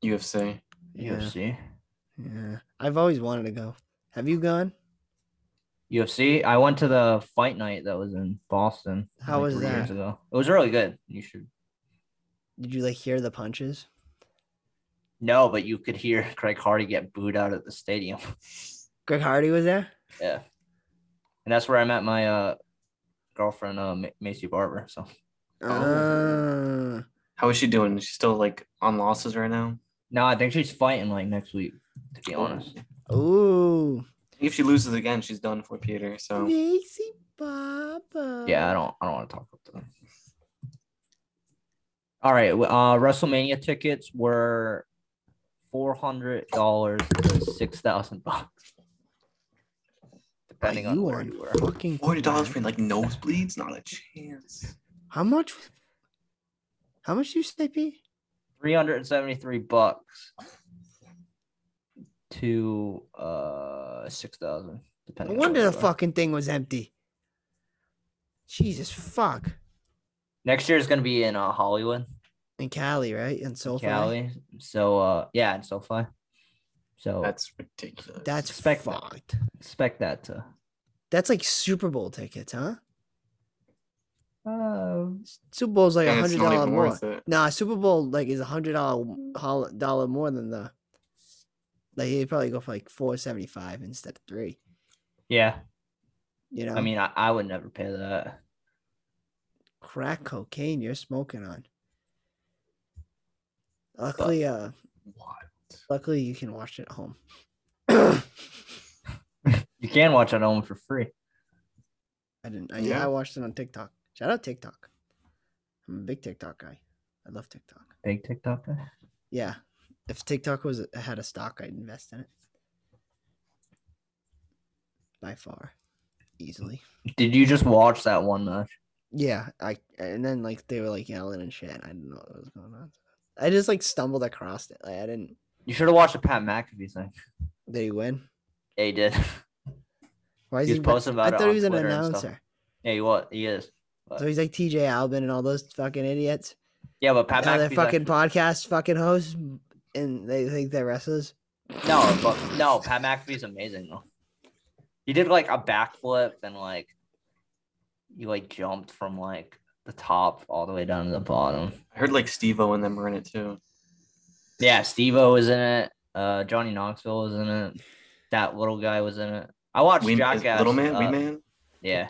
[SPEAKER 3] UFC.
[SPEAKER 4] UFC.
[SPEAKER 2] Yeah, I've always wanted to go. Have you gone?
[SPEAKER 4] UFC. I went to the fight night that was in Boston.
[SPEAKER 2] How was
[SPEAKER 4] three Years
[SPEAKER 2] that?
[SPEAKER 4] ago. It was really good. You should
[SPEAKER 2] Did you like hear the punches?
[SPEAKER 4] no, but you could hear Craig Hardy get booed out of the stadium.
[SPEAKER 2] Greg Hardy was there.
[SPEAKER 4] yeah, and that's where I met my uh, girlfriend, uh, Ma- Macy Barber. So
[SPEAKER 2] Oh.
[SPEAKER 3] How is she doing? She's still like on losses right now. Oh.
[SPEAKER 4] no, I think she's fighting like next week. To be honest,
[SPEAKER 2] ooh.
[SPEAKER 3] I if she loses again, she's done for Peter. So
[SPEAKER 2] Nixie Baba.
[SPEAKER 4] Yeah, I don't. I don't want to talk about them. All right. w- Uh, WrestleMania tickets were four hundred dollars to six thousand bucks, depending
[SPEAKER 2] Depending
[SPEAKER 4] on
[SPEAKER 2] you
[SPEAKER 4] where
[SPEAKER 2] are
[SPEAKER 4] you were.
[SPEAKER 2] fucking
[SPEAKER 3] forty dollars for
[SPEAKER 2] crazy.
[SPEAKER 3] like nosebleeds, not a chance.
[SPEAKER 2] How much? How much do you say, P?
[SPEAKER 4] Three hundred and seventy-three bucks to uh six thousand,
[SPEAKER 2] No
[SPEAKER 4] depending. on
[SPEAKER 2] wonder
[SPEAKER 4] where
[SPEAKER 2] the
[SPEAKER 4] you were.
[SPEAKER 2] fucking thing was empty. Jesus fuck.
[SPEAKER 4] Next year is gonna be in uh, Hollywood,
[SPEAKER 2] And Cali, right? And so
[SPEAKER 4] Cali. So uh, yeah, in SoFi. So
[SPEAKER 3] That's ridiculous.
[SPEAKER 2] That's
[SPEAKER 4] Expect that.
[SPEAKER 2] fucked.
[SPEAKER 4] expect that to.
[SPEAKER 2] That's like Super Bowl tickets, huh?
[SPEAKER 4] Oh,
[SPEAKER 2] Super Bowl's like a
[SPEAKER 3] And it's
[SPEAKER 2] hundred
[SPEAKER 3] not
[SPEAKER 2] dollar
[SPEAKER 3] even
[SPEAKER 2] more.
[SPEAKER 3] worth it.
[SPEAKER 2] Nah, Super Bowl like is a hundred
[SPEAKER 4] Mm.
[SPEAKER 2] dollar dollar more than the. Like he'd probably go for like four seventy five instead of three.
[SPEAKER 4] yeah.
[SPEAKER 2] You know,
[SPEAKER 4] I mean, I, I would never pay that.
[SPEAKER 2] crack cocaine you're smoking on. Luckily, uh,
[SPEAKER 3] What?
[SPEAKER 2] luckily you can watch it at home.
[SPEAKER 4] You can watch it at home for free.
[SPEAKER 2] I didn't. I,
[SPEAKER 3] Yeah.
[SPEAKER 2] I watched it on TikTok. Shout out TikTok. I'm a big TikTok guy. I love TikTok.
[SPEAKER 4] Big TikTok guy.
[SPEAKER 2] Yeah, if TikTok was had a stock, I'd invest in it. By far, easily.
[SPEAKER 4] Did you just watch that one match?
[SPEAKER 2] Yeah, I and then like they were like yelling and shit. I didn't know what was going on. I just like stumbled across it. Like I didn't.
[SPEAKER 4] You should have watched the Pat McAfee thing.
[SPEAKER 2] Did he win?
[SPEAKER 4] Yeah, he did.
[SPEAKER 2] Why is
[SPEAKER 4] He was
[SPEAKER 2] been-
[SPEAKER 4] posting about
[SPEAKER 2] I
[SPEAKER 4] it
[SPEAKER 2] thought he
[SPEAKER 4] on
[SPEAKER 2] was an
[SPEAKER 4] Twitter and stuff.
[SPEAKER 2] announcer.
[SPEAKER 4] yeah, he was. He is. But-
[SPEAKER 2] So he's like TJ Albin and all those fucking idiots.
[SPEAKER 4] yeah, but Pat
[SPEAKER 2] Now they're
[SPEAKER 4] McAfee's
[SPEAKER 2] fucking
[SPEAKER 4] actually-
[SPEAKER 2] podcast fucking hosts, and they think they're wrestlers.
[SPEAKER 4] no, but no, Pat McAfee's amazing though. He did like a backflip and like he like jumped from like the top all the way down to the bottom.
[SPEAKER 3] I heard like Steve O and them were in it too.
[SPEAKER 4] Yeah, Steve O was in it. Uh, Johnny Knoxville was in it. That little guy was in it. I watched
[SPEAKER 3] We, is
[SPEAKER 4] Jackass.
[SPEAKER 3] little man,
[SPEAKER 4] uh,
[SPEAKER 3] we man,
[SPEAKER 4] Yeah.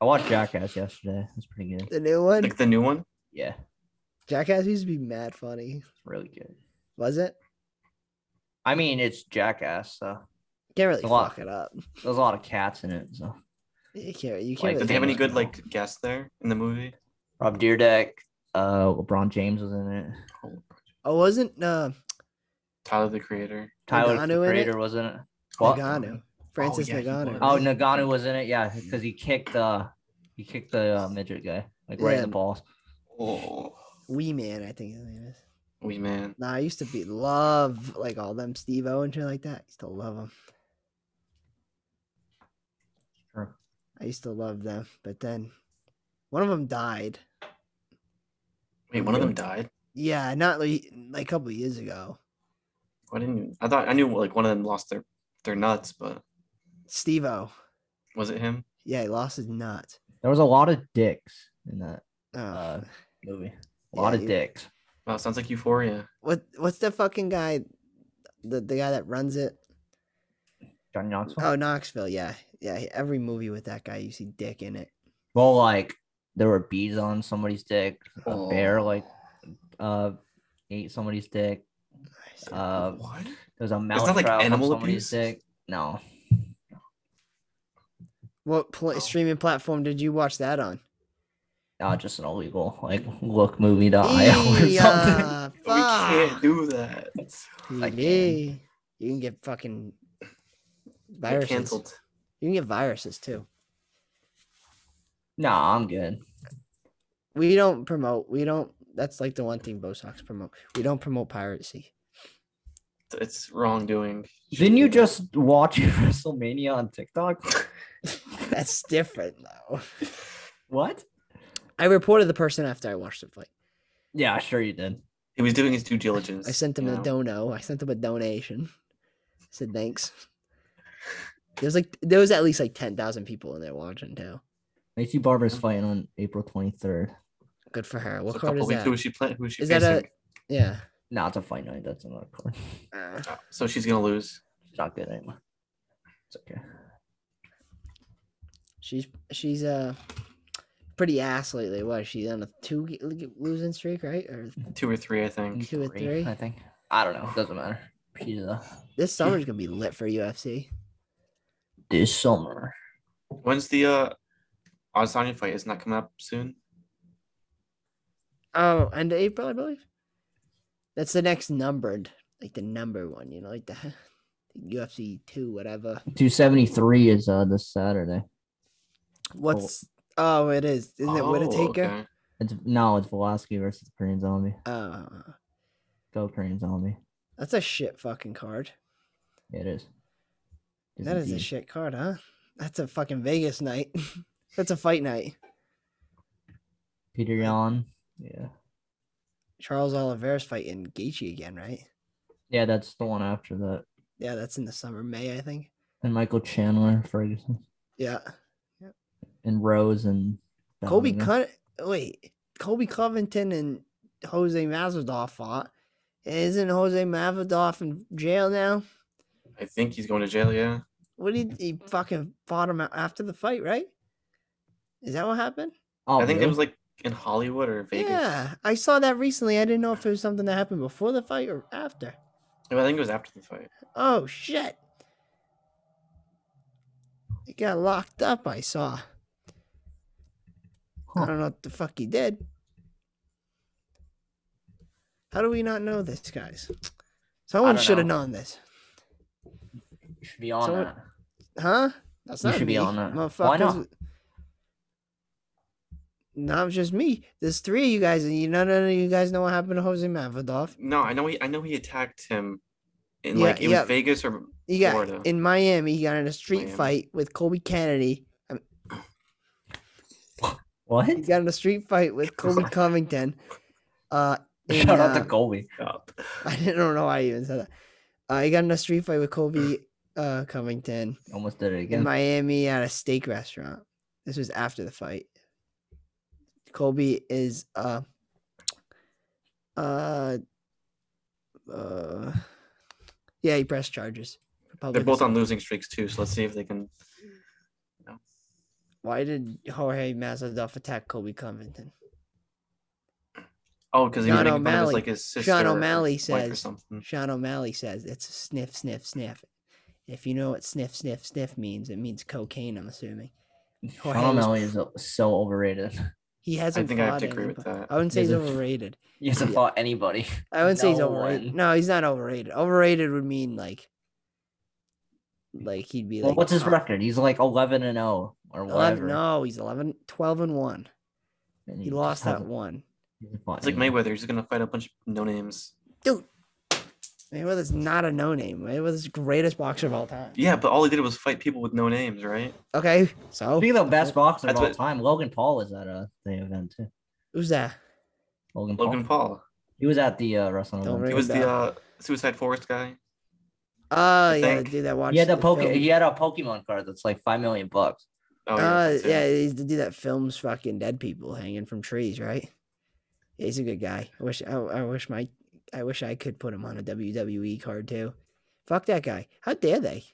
[SPEAKER 4] I watched Jackass yesterday. That's pretty good.
[SPEAKER 2] The new one,
[SPEAKER 3] like the new one.
[SPEAKER 4] Yeah,
[SPEAKER 2] Jackass used to be mad funny,
[SPEAKER 4] it's really good.
[SPEAKER 2] was it?
[SPEAKER 4] I mean, it's Jackass, so
[SPEAKER 2] Can't really
[SPEAKER 4] A lot.
[SPEAKER 2] fuck it up.
[SPEAKER 4] there's a lot of cats in it. So
[SPEAKER 2] You can't. You
[SPEAKER 4] Like,
[SPEAKER 2] can't.
[SPEAKER 3] Did
[SPEAKER 4] the
[SPEAKER 2] really
[SPEAKER 3] they have any
[SPEAKER 2] fuck it
[SPEAKER 3] good
[SPEAKER 2] up.
[SPEAKER 3] like guests there in the movie?
[SPEAKER 4] Rob Deerdeck, uh, LeBron James was in it.
[SPEAKER 3] Oh,
[SPEAKER 2] Oh, wasn't uh
[SPEAKER 3] Tyler the Creator.
[SPEAKER 4] Tyler
[SPEAKER 2] Nagano
[SPEAKER 4] the
[SPEAKER 2] in it?
[SPEAKER 4] Creator was in it. What?
[SPEAKER 2] Nagano, Francis
[SPEAKER 3] yeah, he
[SPEAKER 2] Nagano?
[SPEAKER 3] was.
[SPEAKER 4] Oh, Nagano was in it. Yeah, because he kicked uh he kicked the uh, midget guy like right in
[SPEAKER 2] Yeah.
[SPEAKER 4] the balls.
[SPEAKER 3] Oh,
[SPEAKER 2] Wee Man, I think his name is.
[SPEAKER 3] we man.
[SPEAKER 2] Nah, I used to be love like all them Steve O and shit like that. I used to love them.
[SPEAKER 4] Sure.
[SPEAKER 2] I used to love them, but then one of them died.
[SPEAKER 3] Wait, one of them died.
[SPEAKER 2] Yeah, not like, like a couple years ago.
[SPEAKER 3] Why didn't you? I thought I knew like one of them lost their their nuts, but
[SPEAKER 2] Steve O.
[SPEAKER 3] was it him?
[SPEAKER 2] Yeah, he lost his nut.
[SPEAKER 4] There was a lot of dicks in that
[SPEAKER 2] Oh.
[SPEAKER 4] Uh, movie. A lot
[SPEAKER 2] Yeah,
[SPEAKER 4] of
[SPEAKER 2] you-
[SPEAKER 4] dicks.
[SPEAKER 3] Wow, sounds like Euphoria.
[SPEAKER 2] what what's the fucking guy the, the guy that runs it?
[SPEAKER 4] Johnny Knoxville.
[SPEAKER 2] Oh, Knoxville, yeah. Yeah, every movie with that guy you see dick in it.
[SPEAKER 4] Well, like there were bees on somebody's dick. A
[SPEAKER 3] Oh.
[SPEAKER 4] bear like uh ate somebody's dick.
[SPEAKER 2] I see.
[SPEAKER 4] Uh,
[SPEAKER 3] what?
[SPEAKER 4] there was a
[SPEAKER 3] not,
[SPEAKER 4] mouse
[SPEAKER 3] like,
[SPEAKER 4] trout on
[SPEAKER 3] animal
[SPEAKER 4] somebody's
[SPEAKER 3] abuse?
[SPEAKER 4] dick. No,
[SPEAKER 2] what pl-
[SPEAKER 3] oh.
[SPEAKER 2] streaming platform did you watch that on?
[SPEAKER 4] uh, just an illegal like look movie.io or
[SPEAKER 2] Eey,
[SPEAKER 4] something.
[SPEAKER 2] uh,
[SPEAKER 3] We can't
[SPEAKER 2] fuck.
[SPEAKER 3] do that.
[SPEAKER 4] I can.
[SPEAKER 2] Eey. You can get fucking
[SPEAKER 3] They're
[SPEAKER 2] viruses.
[SPEAKER 3] canceled.
[SPEAKER 2] You can get viruses too.
[SPEAKER 4] No, I'm good.
[SPEAKER 2] We don't promote. We don't. That's like the one thing Bosox promote. We don't promote piracy.
[SPEAKER 3] It's wrongdoing.
[SPEAKER 4] Didn't you just watch WrestleMania on TikTok?
[SPEAKER 2] That's different though.
[SPEAKER 4] what?
[SPEAKER 2] I reported the person after I watched the fight.
[SPEAKER 4] Yeah, sure you did.
[SPEAKER 3] He was doing his due diligence.
[SPEAKER 2] I sent him
[SPEAKER 3] you
[SPEAKER 2] a
[SPEAKER 3] know?
[SPEAKER 2] dono. I sent him a donation. I said thanks. There's like there was at least like ten thousand people in there watching too.
[SPEAKER 4] Lacey Barber's
[SPEAKER 3] Mm-hmm.
[SPEAKER 4] fighting on April 23rd.
[SPEAKER 2] Good for her.
[SPEAKER 3] So
[SPEAKER 2] What
[SPEAKER 3] a
[SPEAKER 2] card
[SPEAKER 3] couple
[SPEAKER 2] is
[SPEAKER 3] weeks-
[SPEAKER 2] that?
[SPEAKER 3] Who is she playing? Who is she
[SPEAKER 2] Is that
[SPEAKER 3] facing?
[SPEAKER 2] a- Yeah.
[SPEAKER 4] No, it's a fight night. That's another card.
[SPEAKER 2] Uh,
[SPEAKER 3] Oh, So she's gonna lose.
[SPEAKER 4] It's not good anymore. It's okay.
[SPEAKER 2] she's she's uh pretty ass lately. What is she on a two g- losing streak, right? Or
[SPEAKER 3] Two or three, I think.
[SPEAKER 2] Two or three?
[SPEAKER 4] I think. I don't know. It doesn't matter. pizza.
[SPEAKER 2] This summer's gonna be lit for UFC.
[SPEAKER 4] This summer.
[SPEAKER 3] When's the uh Adesanya fight? Isn't that coming up soon?
[SPEAKER 2] Oh, end of April, I believe. That's the next numbered, like the number one. You know, like the, the UFC two, whatever.
[SPEAKER 4] 273 is uh this Saturday.
[SPEAKER 2] What's oh, it is. Isn't it Whittaker?
[SPEAKER 3] Oh, okay.
[SPEAKER 4] It's no, it's Velosky versus Korean Zombie.
[SPEAKER 2] Oh,
[SPEAKER 4] Go Korean Zombie.
[SPEAKER 2] that's a shit fucking card.
[SPEAKER 4] It is. It
[SPEAKER 2] That is E? a
[SPEAKER 4] indeed.
[SPEAKER 2] shit card, huh? That's a fucking Vegas night. that's a fight night.
[SPEAKER 4] Peter Yan. Yeah.
[SPEAKER 2] Charles Oliveira's fighting Gaethje again, right?
[SPEAKER 4] Yeah, that's the one after that.
[SPEAKER 2] Yeah, that's in the summer, May, I think.
[SPEAKER 4] And Michael Chandler Ferguson.
[SPEAKER 2] Yeah,
[SPEAKER 4] And Rose and
[SPEAKER 2] Kobe
[SPEAKER 4] Bellingham.
[SPEAKER 2] Cun- wait, Kobe Covington and Jose Masvidal fought. Isn't Jose Masvidal in jail now?
[SPEAKER 3] I think he's going to jail, yeah.
[SPEAKER 2] What did he fucking fought him out after the fight, right? Is that what happened?
[SPEAKER 4] Oh,
[SPEAKER 3] I think it
[SPEAKER 4] really?
[SPEAKER 3] was like in Hollywood or Vegas.
[SPEAKER 2] Yeah, I saw that recently. I didn't know if it was something that happened before the fight or after.
[SPEAKER 3] I think it was after the fight.
[SPEAKER 2] Oh shit! He got locked up. I saw. I
[SPEAKER 4] Huh.
[SPEAKER 2] don't know what the fuck he did. How do we not know this, guys? Someone
[SPEAKER 4] don't
[SPEAKER 2] should have
[SPEAKER 4] know.
[SPEAKER 2] known this,
[SPEAKER 4] You should be on
[SPEAKER 2] So-
[SPEAKER 4] that.
[SPEAKER 2] huh? That's
[SPEAKER 4] You
[SPEAKER 2] not
[SPEAKER 4] should be
[SPEAKER 2] me,
[SPEAKER 4] on that. Why
[SPEAKER 2] motherfuckers.
[SPEAKER 4] not?
[SPEAKER 2] No, it's just me. There's three of you guys, and you none of you guys know what happened to Jose Mavadov.
[SPEAKER 3] No, I know he I know he attacked him in
[SPEAKER 2] Yeah,
[SPEAKER 3] like it
[SPEAKER 2] yeah.
[SPEAKER 3] was Vegas or
[SPEAKER 2] He got
[SPEAKER 3] Florida.
[SPEAKER 2] in Miami. He got in a street
[SPEAKER 3] Miami.
[SPEAKER 2] fight with Kobe Kennedy.
[SPEAKER 4] What?
[SPEAKER 2] He got in a street fight with Kobe Covington. Uh, in,
[SPEAKER 4] Shout out
[SPEAKER 2] uh,
[SPEAKER 4] to Kobe.
[SPEAKER 3] Cup.
[SPEAKER 2] I don't know why I even said that. Uh, he got in a street fight with Kobe uh, Covington
[SPEAKER 4] Almost did it
[SPEAKER 2] in
[SPEAKER 4] again.
[SPEAKER 2] Miami at a steak restaurant. This was after the fight. Kobe is uh uh uh yeah, he pressed charges. for
[SPEAKER 3] They're
[SPEAKER 2] public
[SPEAKER 3] both on
[SPEAKER 2] assault.
[SPEAKER 3] losing streaks too, so let's see if they can
[SPEAKER 2] Why did Jorge Masvidal attack Kobe Covington?
[SPEAKER 3] Oh, because he was
[SPEAKER 2] Sean
[SPEAKER 3] making fun of his,
[SPEAKER 2] O'Malley.
[SPEAKER 3] like his sister
[SPEAKER 2] Sean
[SPEAKER 3] or
[SPEAKER 2] O'Malley
[SPEAKER 3] wife or
[SPEAKER 2] says-
[SPEAKER 3] something.
[SPEAKER 2] Sean O'Malley says it's a sniff, sniff, sniff. If you know what sniff, sniff, sniff means, it means cocaine. I'm assuming
[SPEAKER 4] Sean
[SPEAKER 2] Jorge's-
[SPEAKER 4] O'Malley is o- so overrated.
[SPEAKER 2] he hasn't.
[SPEAKER 3] think I have to
[SPEAKER 2] fought
[SPEAKER 3] agree with
[SPEAKER 2] anybody-
[SPEAKER 3] that.
[SPEAKER 2] I wouldn't say he's
[SPEAKER 4] Doesn't-
[SPEAKER 2] overrated.
[SPEAKER 4] He hasn't
[SPEAKER 2] Yeah.
[SPEAKER 4] fought anybody.
[SPEAKER 2] I wouldn't say he's
[SPEAKER 4] No
[SPEAKER 2] overrated.
[SPEAKER 4] one.
[SPEAKER 2] No, he's not overrated. Overrated would mean like, like he'd be
[SPEAKER 4] Well,
[SPEAKER 2] like.
[SPEAKER 4] what's his
[SPEAKER 2] uh,
[SPEAKER 4] record? He's like 11 and 0 or
[SPEAKER 2] 11,
[SPEAKER 4] whatever.
[SPEAKER 2] no, he's 11, 12 and one.
[SPEAKER 4] And
[SPEAKER 2] He
[SPEAKER 4] just
[SPEAKER 2] lost that
[SPEAKER 4] hasn't-
[SPEAKER 2] one.
[SPEAKER 4] he hasn't fought
[SPEAKER 3] It's like
[SPEAKER 4] anybody.
[SPEAKER 3] Mayweather. He's gonna fight a bunch of no names.
[SPEAKER 2] Mayweather's not a no name. Mayweather's the greatest boxer of all time.
[SPEAKER 3] Yeah, but all he did was fight people with no names, right?
[SPEAKER 2] Okay, so
[SPEAKER 4] Speaking of the best boxer of
[SPEAKER 3] That's
[SPEAKER 4] all
[SPEAKER 3] what-
[SPEAKER 4] time, Logan Paul was at uh, the event too.
[SPEAKER 2] who's that?
[SPEAKER 4] Logan,
[SPEAKER 3] Logan
[SPEAKER 4] Paul.
[SPEAKER 3] Paul.
[SPEAKER 4] He was at the uh, wrestling
[SPEAKER 2] Don't ring
[SPEAKER 3] He
[SPEAKER 4] event.
[SPEAKER 2] a
[SPEAKER 4] too.
[SPEAKER 3] was the
[SPEAKER 2] bell.
[SPEAKER 3] uh, Suicide Forest guy.
[SPEAKER 2] Oh yeah, the
[SPEAKER 3] think-
[SPEAKER 2] dude that watched.
[SPEAKER 4] He had a
[SPEAKER 2] the
[SPEAKER 4] poke.
[SPEAKER 2] film.
[SPEAKER 4] He had a Pokemon card that's like five million bucks.
[SPEAKER 3] Oh
[SPEAKER 2] Uh,
[SPEAKER 3] that's him.
[SPEAKER 2] yeah, he's the dude that films fucking dead people hanging from trees, right? Yeah, he's a good guy. I wish I, I wish my I wish I could put him on a WWE card too. Fuck that guy. How dare they?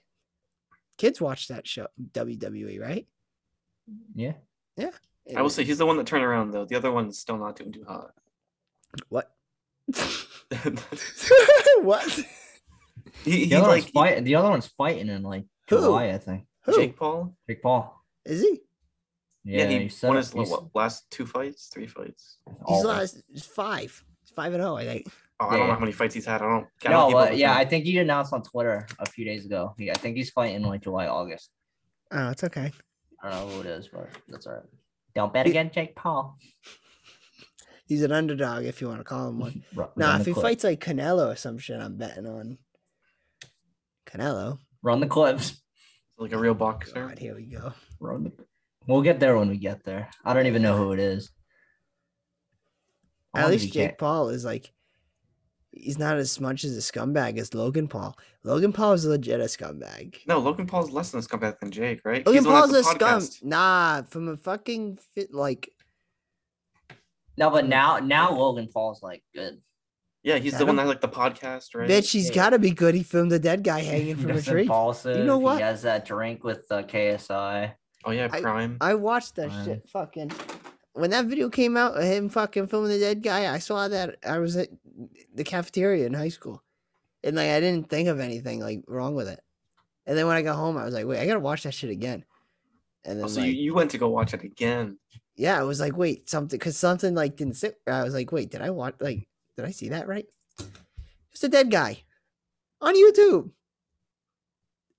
[SPEAKER 2] Kids watch that show WWE, right?
[SPEAKER 4] Yeah,
[SPEAKER 3] I will
[SPEAKER 2] Anyway,
[SPEAKER 3] say he's the one that turned around though. The other one's still not doing too hot.
[SPEAKER 2] what?
[SPEAKER 3] he
[SPEAKER 2] what?
[SPEAKER 3] he
[SPEAKER 4] the other
[SPEAKER 3] like
[SPEAKER 4] one's fighting. The other one's fighting in like
[SPEAKER 2] Who?
[SPEAKER 4] July, I think.
[SPEAKER 2] Who
[SPEAKER 3] Jake Paul.
[SPEAKER 4] Jake Paul.
[SPEAKER 2] is he?
[SPEAKER 3] Yeah, he,
[SPEAKER 4] set
[SPEAKER 3] won
[SPEAKER 4] up-
[SPEAKER 3] his
[SPEAKER 4] he's
[SPEAKER 3] what, last two fights, three fights.
[SPEAKER 2] He's
[SPEAKER 4] all-
[SPEAKER 2] lost he's five. He's five and oh, I think.
[SPEAKER 3] Oh, I don't know
[SPEAKER 4] Yeah.
[SPEAKER 3] how many fights he's had. I don't. I don't
[SPEAKER 4] No,
[SPEAKER 3] keep up
[SPEAKER 4] uh,
[SPEAKER 3] with
[SPEAKER 4] yeah,
[SPEAKER 3] him.
[SPEAKER 4] I think he announced on Twitter a few days ago. He, I think he's fighting like July, August.
[SPEAKER 2] Oh, it's okay.
[SPEAKER 4] I don't know who it is, but that's all right. Don't bet
[SPEAKER 2] He-
[SPEAKER 4] again, Jake Paul.
[SPEAKER 2] He's an underdog if you want to call him one.
[SPEAKER 4] Ru-
[SPEAKER 2] Nah,
[SPEAKER 4] run
[SPEAKER 2] if
[SPEAKER 4] the
[SPEAKER 2] he
[SPEAKER 4] clip.
[SPEAKER 2] fights like Canelo or some shit, I'm betting on Canelo.
[SPEAKER 4] run the clips.
[SPEAKER 3] like a real boxer.
[SPEAKER 2] God, here we go.
[SPEAKER 4] Run the. We'll get there when we get there. I don't even know who it is. I
[SPEAKER 2] At
[SPEAKER 4] wonder if
[SPEAKER 2] least
[SPEAKER 4] he
[SPEAKER 2] Jake
[SPEAKER 4] can't-
[SPEAKER 2] Paul is like, he's not as much as a scumbag as Logan Paul. Logan Paul is legit a scumbag.
[SPEAKER 3] No, Logan Paul's less than a scumbag than Jake, right?
[SPEAKER 2] Logan
[SPEAKER 3] He's the one
[SPEAKER 2] Paul's a
[SPEAKER 3] that's the
[SPEAKER 2] scum.
[SPEAKER 3] podcast.
[SPEAKER 2] Nah, from a fucking fit like.
[SPEAKER 4] No, but now now Logan Paul's like good.
[SPEAKER 3] Yeah, he's the
[SPEAKER 2] Adam?
[SPEAKER 3] one that has, like the podcast, right?
[SPEAKER 2] Bitch, he's
[SPEAKER 4] Yeah.
[SPEAKER 2] got to be good. He filmed a dead guy hanging from a
[SPEAKER 4] Justin
[SPEAKER 2] tree.
[SPEAKER 4] Paulson,
[SPEAKER 2] You know what?
[SPEAKER 4] He has that drink with uh, KSI.
[SPEAKER 3] Oh yeah, crime.
[SPEAKER 2] I watched that
[SPEAKER 4] Fine.
[SPEAKER 2] shit fucking. When that video came out of him fucking filming the dead guy, I saw that. I was at the cafeteria in high school. and like I didn't think of anything like wrong with it. And then when I got home, I was like, wait, I gotta watch that shit again. And then
[SPEAKER 3] Oh, so
[SPEAKER 2] like,
[SPEAKER 3] you, you went to go watch it again.
[SPEAKER 2] yeah, I was like, wait, something because something like didn't sit. I was like, wait, did I watch? Like, did I see that right? It's a dead guy on YouTube.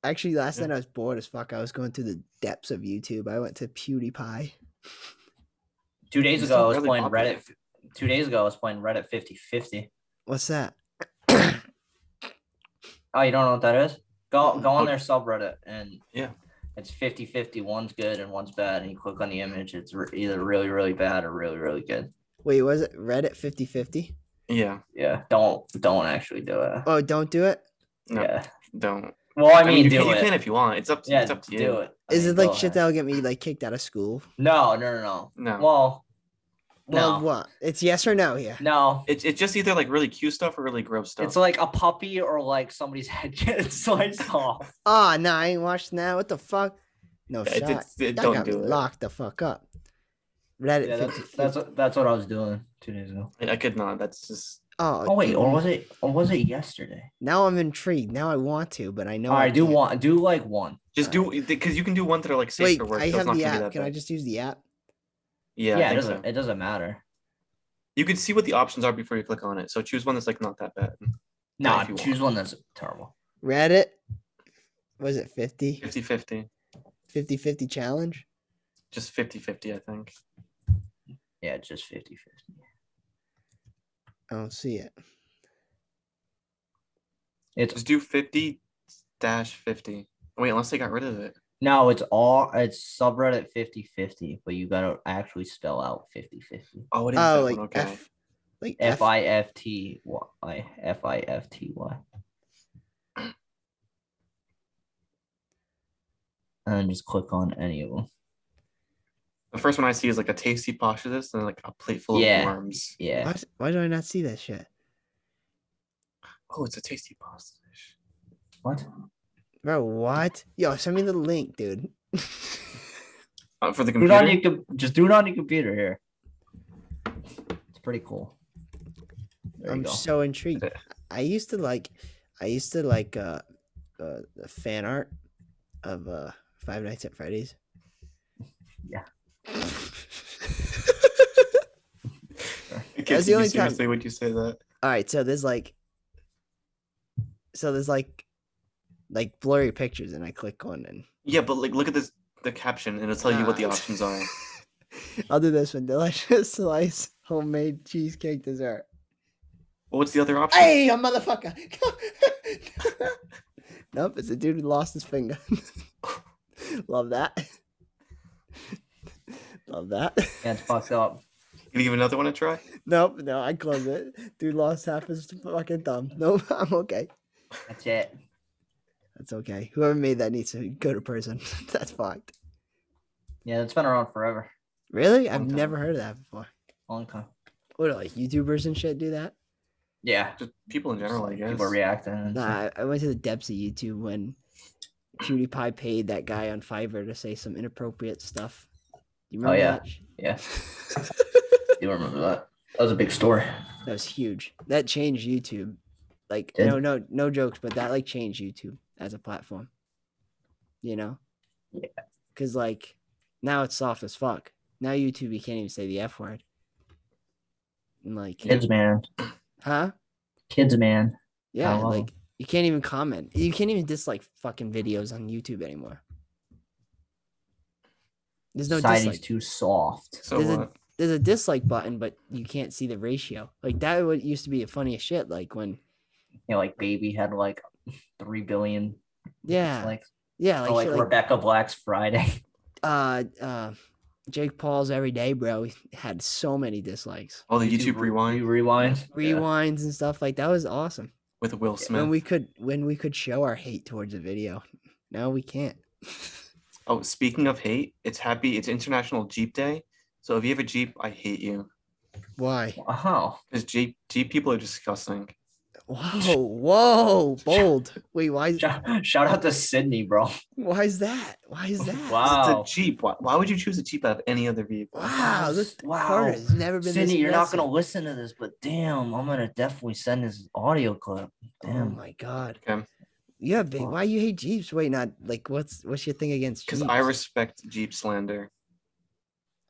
[SPEAKER 2] Actually, last
[SPEAKER 3] Yeah.
[SPEAKER 2] night I was bored as fuck. I was going through the depths of YouTube. I went to PewDiePie.
[SPEAKER 4] Two days
[SPEAKER 3] It's
[SPEAKER 4] ago, I
[SPEAKER 3] not
[SPEAKER 4] was
[SPEAKER 3] really
[SPEAKER 4] playing
[SPEAKER 3] popular.
[SPEAKER 4] Reddit. Two days ago, I was playing Reddit 50 50.
[SPEAKER 2] What's that?
[SPEAKER 4] Oh, you don't know what that is? Go go on
[SPEAKER 3] Oh.
[SPEAKER 4] their subreddit and
[SPEAKER 3] Yeah.
[SPEAKER 4] it's 50 50. One's good and one's bad. And you click on the image, it's re- either really, really bad or really, really good.
[SPEAKER 2] Wait, was it Reddit 50 50?
[SPEAKER 3] Yeah.
[SPEAKER 4] Yeah, don't don't actually do it.
[SPEAKER 2] Oh, don't do it.
[SPEAKER 3] No,
[SPEAKER 4] Yeah.
[SPEAKER 3] Don't.
[SPEAKER 4] Well, I mean,
[SPEAKER 3] you,
[SPEAKER 4] do
[SPEAKER 3] can,
[SPEAKER 4] it.
[SPEAKER 3] you can if you want. It's up. To,
[SPEAKER 4] yeah,
[SPEAKER 3] it's up to you.
[SPEAKER 4] do it. I
[SPEAKER 2] Is
[SPEAKER 4] mean,
[SPEAKER 2] it like
[SPEAKER 4] go
[SPEAKER 2] shit
[SPEAKER 4] ahead.
[SPEAKER 2] that'll get me like kicked out of school?
[SPEAKER 4] No, no, no,
[SPEAKER 3] No.
[SPEAKER 4] no. Well,
[SPEAKER 2] Well,
[SPEAKER 4] no,
[SPEAKER 2] what? It's yes or no here.
[SPEAKER 4] no.
[SPEAKER 3] It's it's just either like really cute stuff or really gross stuff.
[SPEAKER 4] It's like a puppy or like somebody's head gets sliced off.
[SPEAKER 2] Ah, no, I ain't watching that. What the fuck? No
[SPEAKER 3] Yeah,
[SPEAKER 2] shot.
[SPEAKER 3] it's- it's- it-
[SPEAKER 2] that
[SPEAKER 3] don't
[SPEAKER 2] got
[SPEAKER 3] do
[SPEAKER 2] me
[SPEAKER 3] it.
[SPEAKER 2] locked the fuck up. Reddit.
[SPEAKER 4] Yeah, that's
[SPEAKER 2] 50
[SPEAKER 4] that's what, that's what I was doing two days ago.
[SPEAKER 3] I I could not. That's just.
[SPEAKER 2] oh,
[SPEAKER 4] Oh wait,
[SPEAKER 2] dude,
[SPEAKER 4] or was it? Or was it yesterday?
[SPEAKER 2] now I'm intrigued. Now I want to, but I know.
[SPEAKER 4] No, I do
[SPEAKER 2] can't.
[SPEAKER 4] want do like one.
[SPEAKER 3] Just do because you can do ones that are like safe
[SPEAKER 2] Wait,
[SPEAKER 3] for work.
[SPEAKER 2] I
[SPEAKER 3] so it's
[SPEAKER 2] have
[SPEAKER 3] not
[SPEAKER 2] the
[SPEAKER 3] gonna be that
[SPEAKER 2] app. Can I
[SPEAKER 3] bad.
[SPEAKER 2] just use the app?
[SPEAKER 3] Yeah,
[SPEAKER 4] Yeah,
[SPEAKER 3] I
[SPEAKER 4] it
[SPEAKER 3] think
[SPEAKER 4] doesn't.
[SPEAKER 3] so.
[SPEAKER 4] It doesn't matter.
[SPEAKER 3] You can see what the options are before you click on it. So choose one that's like not that bad.
[SPEAKER 4] Mm-hmm. No,
[SPEAKER 3] if you
[SPEAKER 4] choose one that's terrible.
[SPEAKER 2] Reddit. Was it 50?
[SPEAKER 3] 50 50.
[SPEAKER 2] 50 50 challenge?
[SPEAKER 3] Just 50 50, I think.
[SPEAKER 4] Yeah, just 50 50.
[SPEAKER 2] I don't see it.
[SPEAKER 4] It's
[SPEAKER 3] Just do 50 dash 50. Wait, unless they got rid of it.
[SPEAKER 4] no, it's all it's subreddit 50 50, but you gotta actually spell out 50 50.
[SPEAKER 3] Oh, it is
[SPEAKER 2] Oh,
[SPEAKER 3] that
[SPEAKER 2] like
[SPEAKER 3] one. Okay.
[SPEAKER 2] F. Like
[SPEAKER 4] F
[SPEAKER 2] F.
[SPEAKER 4] I F T Y F I F T Y. And then just click on any of them.
[SPEAKER 3] The first one I see is like a tasty posturist and like a plate full
[SPEAKER 4] Yeah.
[SPEAKER 3] of worms.
[SPEAKER 4] Yeah.
[SPEAKER 2] Why, why do I not see that shit?
[SPEAKER 3] Oh, it's a tasty pasta dish.
[SPEAKER 4] What?
[SPEAKER 2] Bro, what? Yo, send me the link, dude.
[SPEAKER 3] Uh, for the
[SPEAKER 4] Do it on
[SPEAKER 3] computer.
[SPEAKER 4] your com- just do it on your computer here. It's pretty cool. There you
[SPEAKER 2] I'm
[SPEAKER 4] go.
[SPEAKER 2] so intrigued. I
[SPEAKER 3] Okay.
[SPEAKER 2] used to like, I used to like uh, uh the fan art of uh Five Nights at Freddy's.
[SPEAKER 4] Yeah.
[SPEAKER 3] I can't
[SPEAKER 2] That's the
[SPEAKER 3] believe
[SPEAKER 2] only time-
[SPEAKER 3] seriously would you say that?
[SPEAKER 2] All right, so there's like, so there's like, like blurry pictures, and I click on and
[SPEAKER 3] Yeah, but like look at this the caption and it'll tell you what
[SPEAKER 4] Ah.
[SPEAKER 3] the
[SPEAKER 2] Nah.
[SPEAKER 3] options are.
[SPEAKER 2] I'll do this one: delicious slice homemade cheesecake dessert.
[SPEAKER 3] Well, what's the other option?
[SPEAKER 2] Hey, a motherfucker! nope, it's a dude who lost his finger. Love that. Love that.
[SPEAKER 4] Yeah, it's fucked up.
[SPEAKER 3] Can you give another one a try?
[SPEAKER 2] Nope, no, I close it. Dude lost half his fucking thumb. Nope, I'm okay.
[SPEAKER 4] That's it.
[SPEAKER 2] That's okay. Whoever made that needs to go to prison. That's fucked.
[SPEAKER 4] Yeah, that's been around forever.
[SPEAKER 2] Really? I've
[SPEAKER 3] Long time.
[SPEAKER 2] never heard of that before.
[SPEAKER 4] Long time.
[SPEAKER 2] What, like YouTubers and shit do that?
[SPEAKER 4] Yeah.
[SPEAKER 3] Just people in general, I guess.
[SPEAKER 4] People reacting. and stuff.
[SPEAKER 2] Nah, I, I went to the depths of YouTube when PewDiePie paid that guy on Fiverr to say some inappropriate stuff. You
[SPEAKER 4] Oh,
[SPEAKER 2] remember
[SPEAKER 4] yeah.
[SPEAKER 2] that?
[SPEAKER 4] Yeah. You remember that? That was a big story.
[SPEAKER 2] That was huge. That changed YouTube. Like
[SPEAKER 4] Did?
[SPEAKER 2] no, no, no jokes, but that like changed YouTube as a platform. You know?
[SPEAKER 4] Yeah.
[SPEAKER 2] Cause like now it's soft as fuck. Now YouTube you can't even say the F word. And like
[SPEAKER 4] Kids, man.
[SPEAKER 2] huh?
[SPEAKER 4] Kids, man.
[SPEAKER 2] Yeah,
[SPEAKER 4] love 'em.
[SPEAKER 2] like you can't even comment. You can't even dislike fucking videos on YouTube anymore. There's no
[SPEAKER 4] Society's
[SPEAKER 2] dislike.
[SPEAKER 4] too soft.
[SPEAKER 3] So
[SPEAKER 2] There's a-
[SPEAKER 3] uh,
[SPEAKER 2] there's a dislike button, but you can't see the ratio. Like that would used to be the funniest shit. Like when
[SPEAKER 4] You know, like baby had like three billion.
[SPEAKER 2] yeah,
[SPEAKER 4] Like,
[SPEAKER 2] yeah, like,
[SPEAKER 4] or, like
[SPEAKER 2] shit like
[SPEAKER 4] Rebecca Black's Friday.
[SPEAKER 2] uh, uh, Jake Paul's Everyday Bro had so many dislikes,
[SPEAKER 3] oh the YouTube rewind
[SPEAKER 4] You rewind. Yeah.
[SPEAKER 2] rewinds and stuff like that was awesome.
[SPEAKER 3] with Will Smith.
[SPEAKER 2] When we could when we could show our hate towards a video, now we can't.
[SPEAKER 3] Oh, speaking of hate, it's happy. It's International Jeep Day. So if you have a Jeep, I hate you
[SPEAKER 2] Why?
[SPEAKER 4] Wow. Uh-huh.
[SPEAKER 3] because Jeep Jeep people are disgusting.
[SPEAKER 2] Whoa, whoa, bold. Wait, why? is-
[SPEAKER 4] Shout, shout out to Sydney, bro.
[SPEAKER 2] Why is that? Why is that?
[SPEAKER 4] Wow.
[SPEAKER 3] It's a Jeep. Why, why would you choose a Jeep out of any other vehicle?
[SPEAKER 2] Wow, this
[SPEAKER 4] Wow.
[SPEAKER 2] car has never been.
[SPEAKER 4] Sydney,
[SPEAKER 2] this
[SPEAKER 4] you're not gonna
[SPEAKER 2] messy.
[SPEAKER 4] listen to this, but damn, I'm gonna definitely send this audio clip.
[SPEAKER 2] Oh
[SPEAKER 4] Damn.
[SPEAKER 2] my god.
[SPEAKER 3] Okay.
[SPEAKER 2] Yeah, big.
[SPEAKER 4] Fuck.
[SPEAKER 2] Why you hate Jeeps? Wait, not like what's what's your thing against?
[SPEAKER 3] Because I
[SPEAKER 2] Jeeps?
[SPEAKER 3] respect Jeep slander.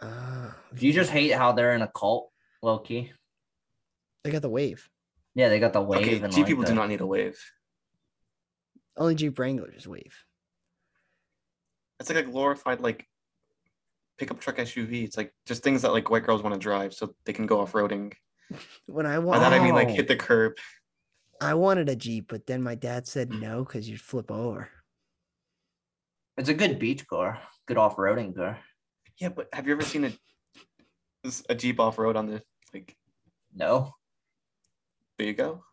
[SPEAKER 2] Ah,
[SPEAKER 4] Do you just hate how they're in a cult, low key?
[SPEAKER 2] they got the wave.
[SPEAKER 4] Yeah, they got the wave
[SPEAKER 3] okay,
[SPEAKER 4] and
[SPEAKER 3] Jeep
[SPEAKER 4] like
[SPEAKER 3] people
[SPEAKER 4] the-
[SPEAKER 3] do not need a wave.
[SPEAKER 2] Only Jeep Wranglers wave.
[SPEAKER 3] It's like a glorified like pickup truck SUV. It's like just things that like white girls want to drive so they can go off roading.
[SPEAKER 2] When I
[SPEAKER 3] By
[SPEAKER 2] want,
[SPEAKER 3] that I mean like
[SPEAKER 4] Wow.
[SPEAKER 3] hit the curb.
[SPEAKER 2] I wanted a Jeep, but then my dad said no because you'd flip over.
[SPEAKER 4] It's a good beach car, good off-roading car.
[SPEAKER 3] Yeah, but have you ever seen a s- a Jeep off road on the like?
[SPEAKER 4] No.
[SPEAKER 3] There you go.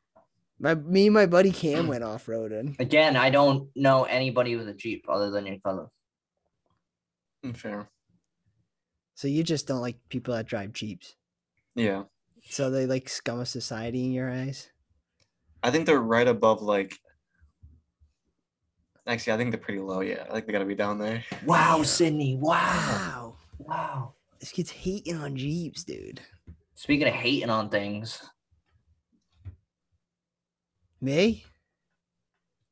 [SPEAKER 2] My me and my buddy
[SPEAKER 3] Mm.
[SPEAKER 2] Cam went off roading.
[SPEAKER 4] Again, I don't know anybody with a Jeep other than your cousin.
[SPEAKER 3] Mm, Fair.
[SPEAKER 2] So you just don't like people that drive Jeeps.
[SPEAKER 3] Yeah,
[SPEAKER 2] So they like scum of society in your eyes.
[SPEAKER 3] I think they're right above like. Actually, I think they're pretty low. Yeah, I think they gotta be down there.
[SPEAKER 4] Wow, Sydney. Wow.
[SPEAKER 2] Wow,
[SPEAKER 4] Wow.
[SPEAKER 2] this kid's hating on Jeeps, dude.
[SPEAKER 4] Speaking of hating on things,
[SPEAKER 2] Me?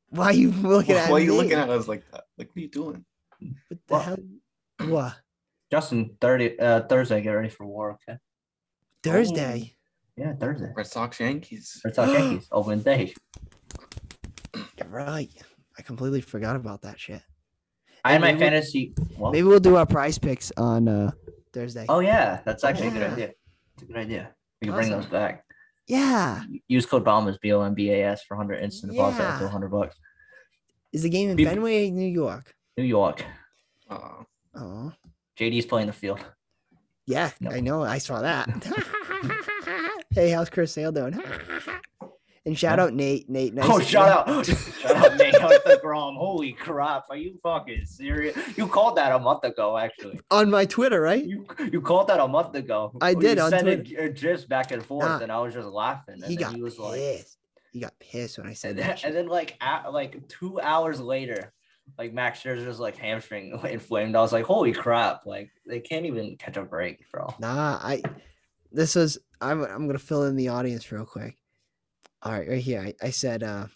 [SPEAKER 2] Why are you looking
[SPEAKER 3] Why
[SPEAKER 2] at
[SPEAKER 3] are you
[SPEAKER 2] me?
[SPEAKER 3] looking at us like that? Like, what are you doing?
[SPEAKER 2] What the
[SPEAKER 4] Well-
[SPEAKER 2] hell? What?
[SPEAKER 4] Justin, 30, uh, Thursday, get ready for war, okay?
[SPEAKER 2] Thursday.
[SPEAKER 4] Oh. Yeah, Thursday.
[SPEAKER 3] Red Sox, Yankees.
[SPEAKER 4] Red Sox Yankees, open day.
[SPEAKER 2] You're right. I completely forgot about that shit.
[SPEAKER 4] I had my
[SPEAKER 2] Maybe we'll-
[SPEAKER 4] fantasy. Well,
[SPEAKER 2] Maybe we'll do our prize picks on uh Thursday.
[SPEAKER 4] Oh yeah, that's actually a
[SPEAKER 2] Yeah.
[SPEAKER 4] good idea. It's a good idea. We can bring those
[SPEAKER 2] Awesome.
[SPEAKER 4] back.
[SPEAKER 2] Yeah.
[SPEAKER 4] Use code BOMBAS B O M B A S for 100 instant deposit up to
[SPEAKER 2] Yeah.
[SPEAKER 4] 100 bucks.
[SPEAKER 2] Is the game in
[SPEAKER 4] Be-
[SPEAKER 2] Fenway, New York?
[SPEAKER 4] New York.
[SPEAKER 3] Aw.
[SPEAKER 2] Oh.
[SPEAKER 4] JD's playing the field.
[SPEAKER 2] Yeah,
[SPEAKER 4] No.
[SPEAKER 2] I know. I saw that. hey, how's Chris Sale doing? and shout
[SPEAKER 4] Yeah.
[SPEAKER 2] out Nate. Nate. Nice
[SPEAKER 4] oh,
[SPEAKER 2] to-
[SPEAKER 4] shout out. shout out Nate DeGrom. Holy crap. Are you fucking serious? You called that a month ago, actually.
[SPEAKER 2] on my Twitter, right?
[SPEAKER 4] You you called that a month ago.
[SPEAKER 2] I did
[SPEAKER 4] You
[SPEAKER 2] on
[SPEAKER 4] sent a, a gist back and forth,
[SPEAKER 2] Nah.
[SPEAKER 4] and I was just laughing. And
[SPEAKER 2] He
[SPEAKER 4] then
[SPEAKER 2] got
[SPEAKER 4] he was like,
[SPEAKER 2] pissed. he got pissed when I said
[SPEAKER 4] and
[SPEAKER 2] that.
[SPEAKER 4] then,
[SPEAKER 2] shit.
[SPEAKER 4] and then like at, like two hours later, like Max Scherzer's like hamstring inflamed. I was like, holy crap! Like they can't even catch a break, bro.
[SPEAKER 2] Nah, I. This was I'm I'm gonna fill in the audience real quick. All right, right here. I, I said. uh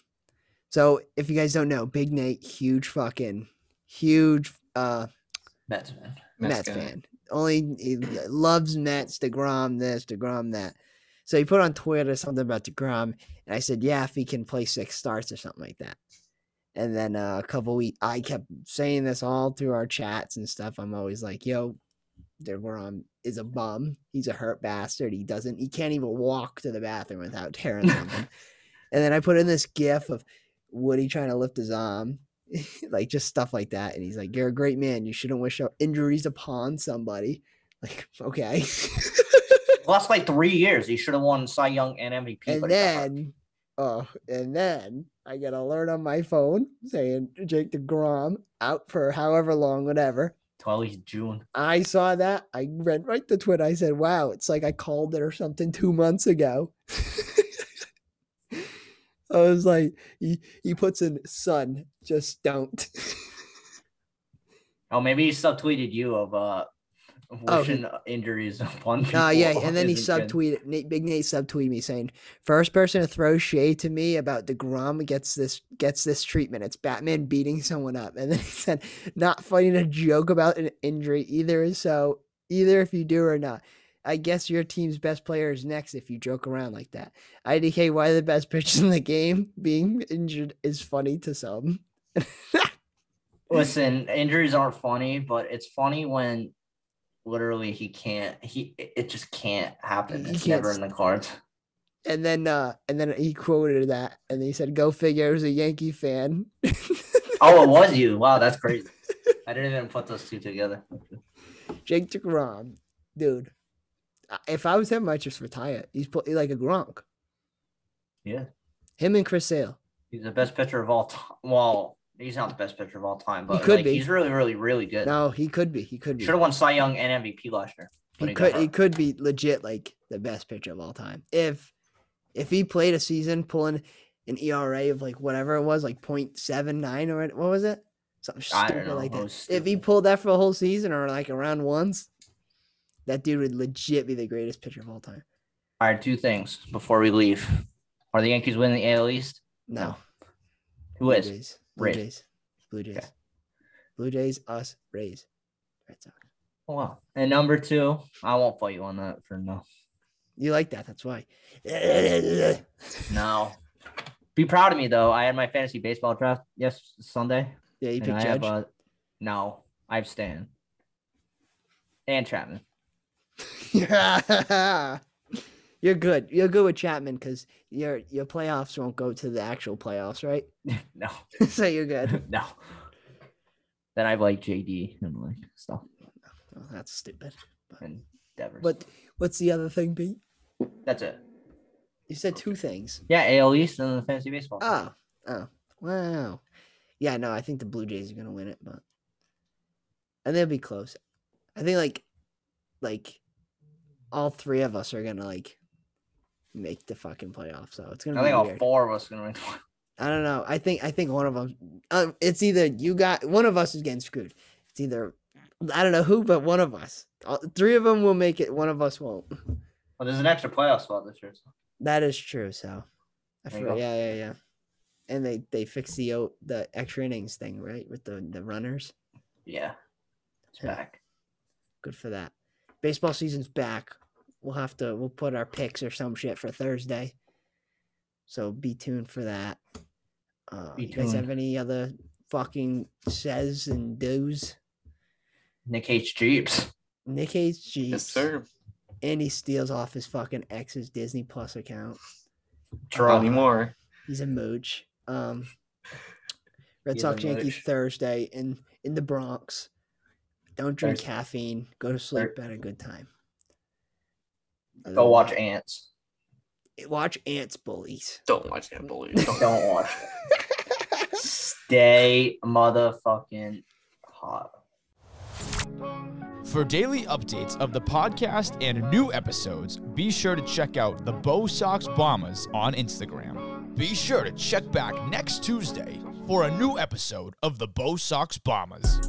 [SPEAKER 2] So if you guys don't know, Big Nate, huge fucking, huge uh
[SPEAKER 4] Mets man.
[SPEAKER 2] Mets,
[SPEAKER 3] guy.
[SPEAKER 2] fan. Only he loves Mets. Degrom this, Degrom that. So he put on Twitter something about Degrom, and I said, yeah, if he can play six starts or something like that. And then uh, a couple weeks, I kept saying this all through our chats and stuff. I'm always like, yo, Degrom is a bum. He's a hurt bastard. He doesn't. He can't even walk to the bathroom without tearing something. and then I put in this gif of Woody trying to lift his arm, like just stuff like that. And he's like, "You're a great man. You shouldn't wish out injuries upon somebody." Like, okay.
[SPEAKER 4] Lost like three years. He should have won Cy Young and MVP.
[SPEAKER 2] and
[SPEAKER 4] but he got hurt.
[SPEAKER 2] then, oh, and then I get an alert on my phone saying Jake Degrom out for however long, whatever.
[SPEAKER 4] Well, he's June.
[SPEAKER 2] I saw that. I went right to Twitter. I said, wow, it's like I called it or something two months ago. I was like, he, he puts in son, just don't.
[SPEAKER 4] Oh, maybe he subtweeted you of uh
[SPEAKER 2] Oh, he-
[SPEAKER 4] wishing injuries upon people.
[SPEAKER 2] Oh, yeah. And then he
[SPEAKER 4] isn't good.
[SPEAKER 2] subtweeted, Nate, Big Nate subtweeted me saying, first person to throw shade to me about DeGrom gets this gets this treatment. It's Batman beating someone up. And then he said, not funny to joke about an injury either. So either if you do or not. I guess your team's best player is next if you joke around like that. IDK, why the best pitcher in the game being injured is funny to some.
[SPEAKER 4] Listen, injuries aren't funny, but it's funny when literally he can't. He it it just can't happen.
[SPEAKER 2] He
[SPEAKER 4] It's
[SPEAKER 2] can't
[SPEAKER 4] never in the cards.
[SPEAKER 2] And then uh and then he quoted that and he said, Go figure, who's a Yankee fan.
[SPEAKER 4] Oh, it was you. Wow, that's crazy. I didn't even put those two together.
[SPEAKER 2] Jake DeGrom, dude. I- If I was him, I'd just retire. He's put, like a Gronk.
[SPEAKER 4] Yeah.
[SPEAKER 2] Him and Chris Sale.
[SPEAKER 4] He's the best pitcher of all time. Well, he's not the best pitcher of all time, but
[SPEAKER 2] could
[SPEAKER 4] like,
[SPEAKER 2] be.
[SPEAKER 4] he's really, really, really good.
[SPEAKER 2] No, he could be. He could be.
[SPEAKER 4] Should have won Cy Young and MVP last year. but
[SPEAKER 2] He
[SPEAKER 4] got
[SPEAKER 2] could.
[SPEAKER 4] hurt.
[SPEAKER 2] He could be legit like the best pitcher of all time if If he played a season pulling an ERA of like whatever it was, like 0.79 or what was it? Something
[SPEAKER 4] I
[SPEAKER 2] stupid
[SPEAKER 4] don't know.
[SPEAKER 2] like
[SPEAKER 4] it
[SPEAKER 2] that.
[SPEAKER 4] was
[SPEAKER 2] If he
[SPEAKER 4] stupid.
[SPEAKER 2] pulled that for a whole season or like around once, that dude would legit be the greatest pitcher of all time.
[SPEAKER 4] All right, two things before we leave. Are the Yankees winning the AL East?
[SPEAKER 2] No.
[SPEAKER 4] Who
[SPEAKER 2] Blue
[SPEAKER 4] is?
[SPEAKER 2] Jays. Blue
[SPEAKER 4] Rays.
[SPEAKER 2] Jays. Blue Jays.
[SPEAKER 4] Okay.
[SPEAKER 2] Blue Jays, us, Rays. Red Sox.
[SPEAKER 4] Oh, wow. And number two, I won't fight you on that for no.
[SPEAKER 2] You like that, that's why.
[SPEAKER 4] No. Be proud of me though. I had my fantasy baseball draft yes Sunday.
[SPEAKER 2] Yeah, you
[SPEAKER 4] and
[SPEAKER 2] pick
[SPEAKER 4] I
[SPEAKER 2] Judge.
[SPEAKER 4] have uh, no, I have Stan. And Chapman.
[SPEAKER 2] Yeah. You're good. You're good with Chapman because your your playoffs won't go to the actual playoffs, right?
[SPEAKER 4] No.
[SPEAKER 2] so you're good.
[SPEAKER 4] no. Then I have like JD and like stuff
[SPEAKER 2] Oh, that's stupid.
[SPEAKER 4] and Devers.
[SPEAKER 2] But what's the other thing, Pete?
[SPEAKER 4] that's it.
[SPEAKER 2] You said two things.
[SPEAKER 4] Yeah, AL East and then the fantasy baseball.
[SPEAKER 2] Oh, oh, wow. Yeah, no, I think the Blue Jays are gonna win it, but and they'll be close. I think like, like, all three of us are gonna like make the fucking playoffs. So it's gonna
[SPEAKER 4] I
[SPEAKER 2] be
[SPEAKER 4] think all
[SPEAKER 2] weird.
[SPEAKER 4] four of us are gonna win.
[SPEAKER 2] I don't know. I think I think one of them. Uh, it's either you got one of us is getting screwed. It's either I don't know who, but one of us. All, three of them will make it. One of us won't.
[SPEAKER 4] Well, there's an extra playoff spot this year. so-
[SPEAKER 2] That is true. So, I
[SPEAKER 4] There you
[SPEAKER 2] forgot-
[SPEAKER 4] go.
[SPEAKER 2] yeah, yeah, yeah. And they they fix the o- the extra innings thing, right, with the the runners.
[SPEAKER 4] Yeah. It's
[SPEAKER 2] Yeah.
[SPEAKER 4] back.
[SPEAKER 2] Good for that. Baseball season's back. We'll have to we'll put our picks or some shit for Thursday. So be tuned for that. Uh,
[SPEAKER 4] Be
[SPEAKER 2] you guys have
[SPEAKER 4] tuned.
[SPEAKER 2] any other fucking says and do's?
[SPEAKER 4] Nick H. Jeeps.
[SPEAKER 2] Nick Hayes Jeeps.
[SPEAKER 3] Yes, sir.
[SPEAKER 2] And he steals off his fucking ex's Disney Plus account.
[SPEAKER 3] Not
[SPEAKER 4] Draw.
[SPEAKER 3] anymore.
[SPEAKER 2] He's a mooch. Um, Red
[SPEAKER 4] He's
[SPEAKER 2] Sox
[SPEAKER 4] a
[SPEAKER 2] Yankee
[SPEAKER 4] mooch.
[SPEAKER 2] Thursday in in the Bronx. Don't drink
[SPEAKER 4] Thursday.
[SPEAKER 2] caffeine. Go to sleep at a good time. Other
[SPEAKER 4] Go
[SPEAKER 2] than
[SPEAKER 4] watch
[SPEAKER 2] that-
[SPEAKER 4] Ants.
[SPEAKER 2] watch Ants Bullies.
[SPEAKER 3] Don't watch that bully.
[SPEAKER 4] Don't watch it. Stay motherfucking hot.
[SPEAKER 5] For daily updates of the podcast and new episodes, be sure to check out the Bow Sox Bombers on Instagram. Be sure to check back next Tuesday for a new episode of the Bow Sox Bombers.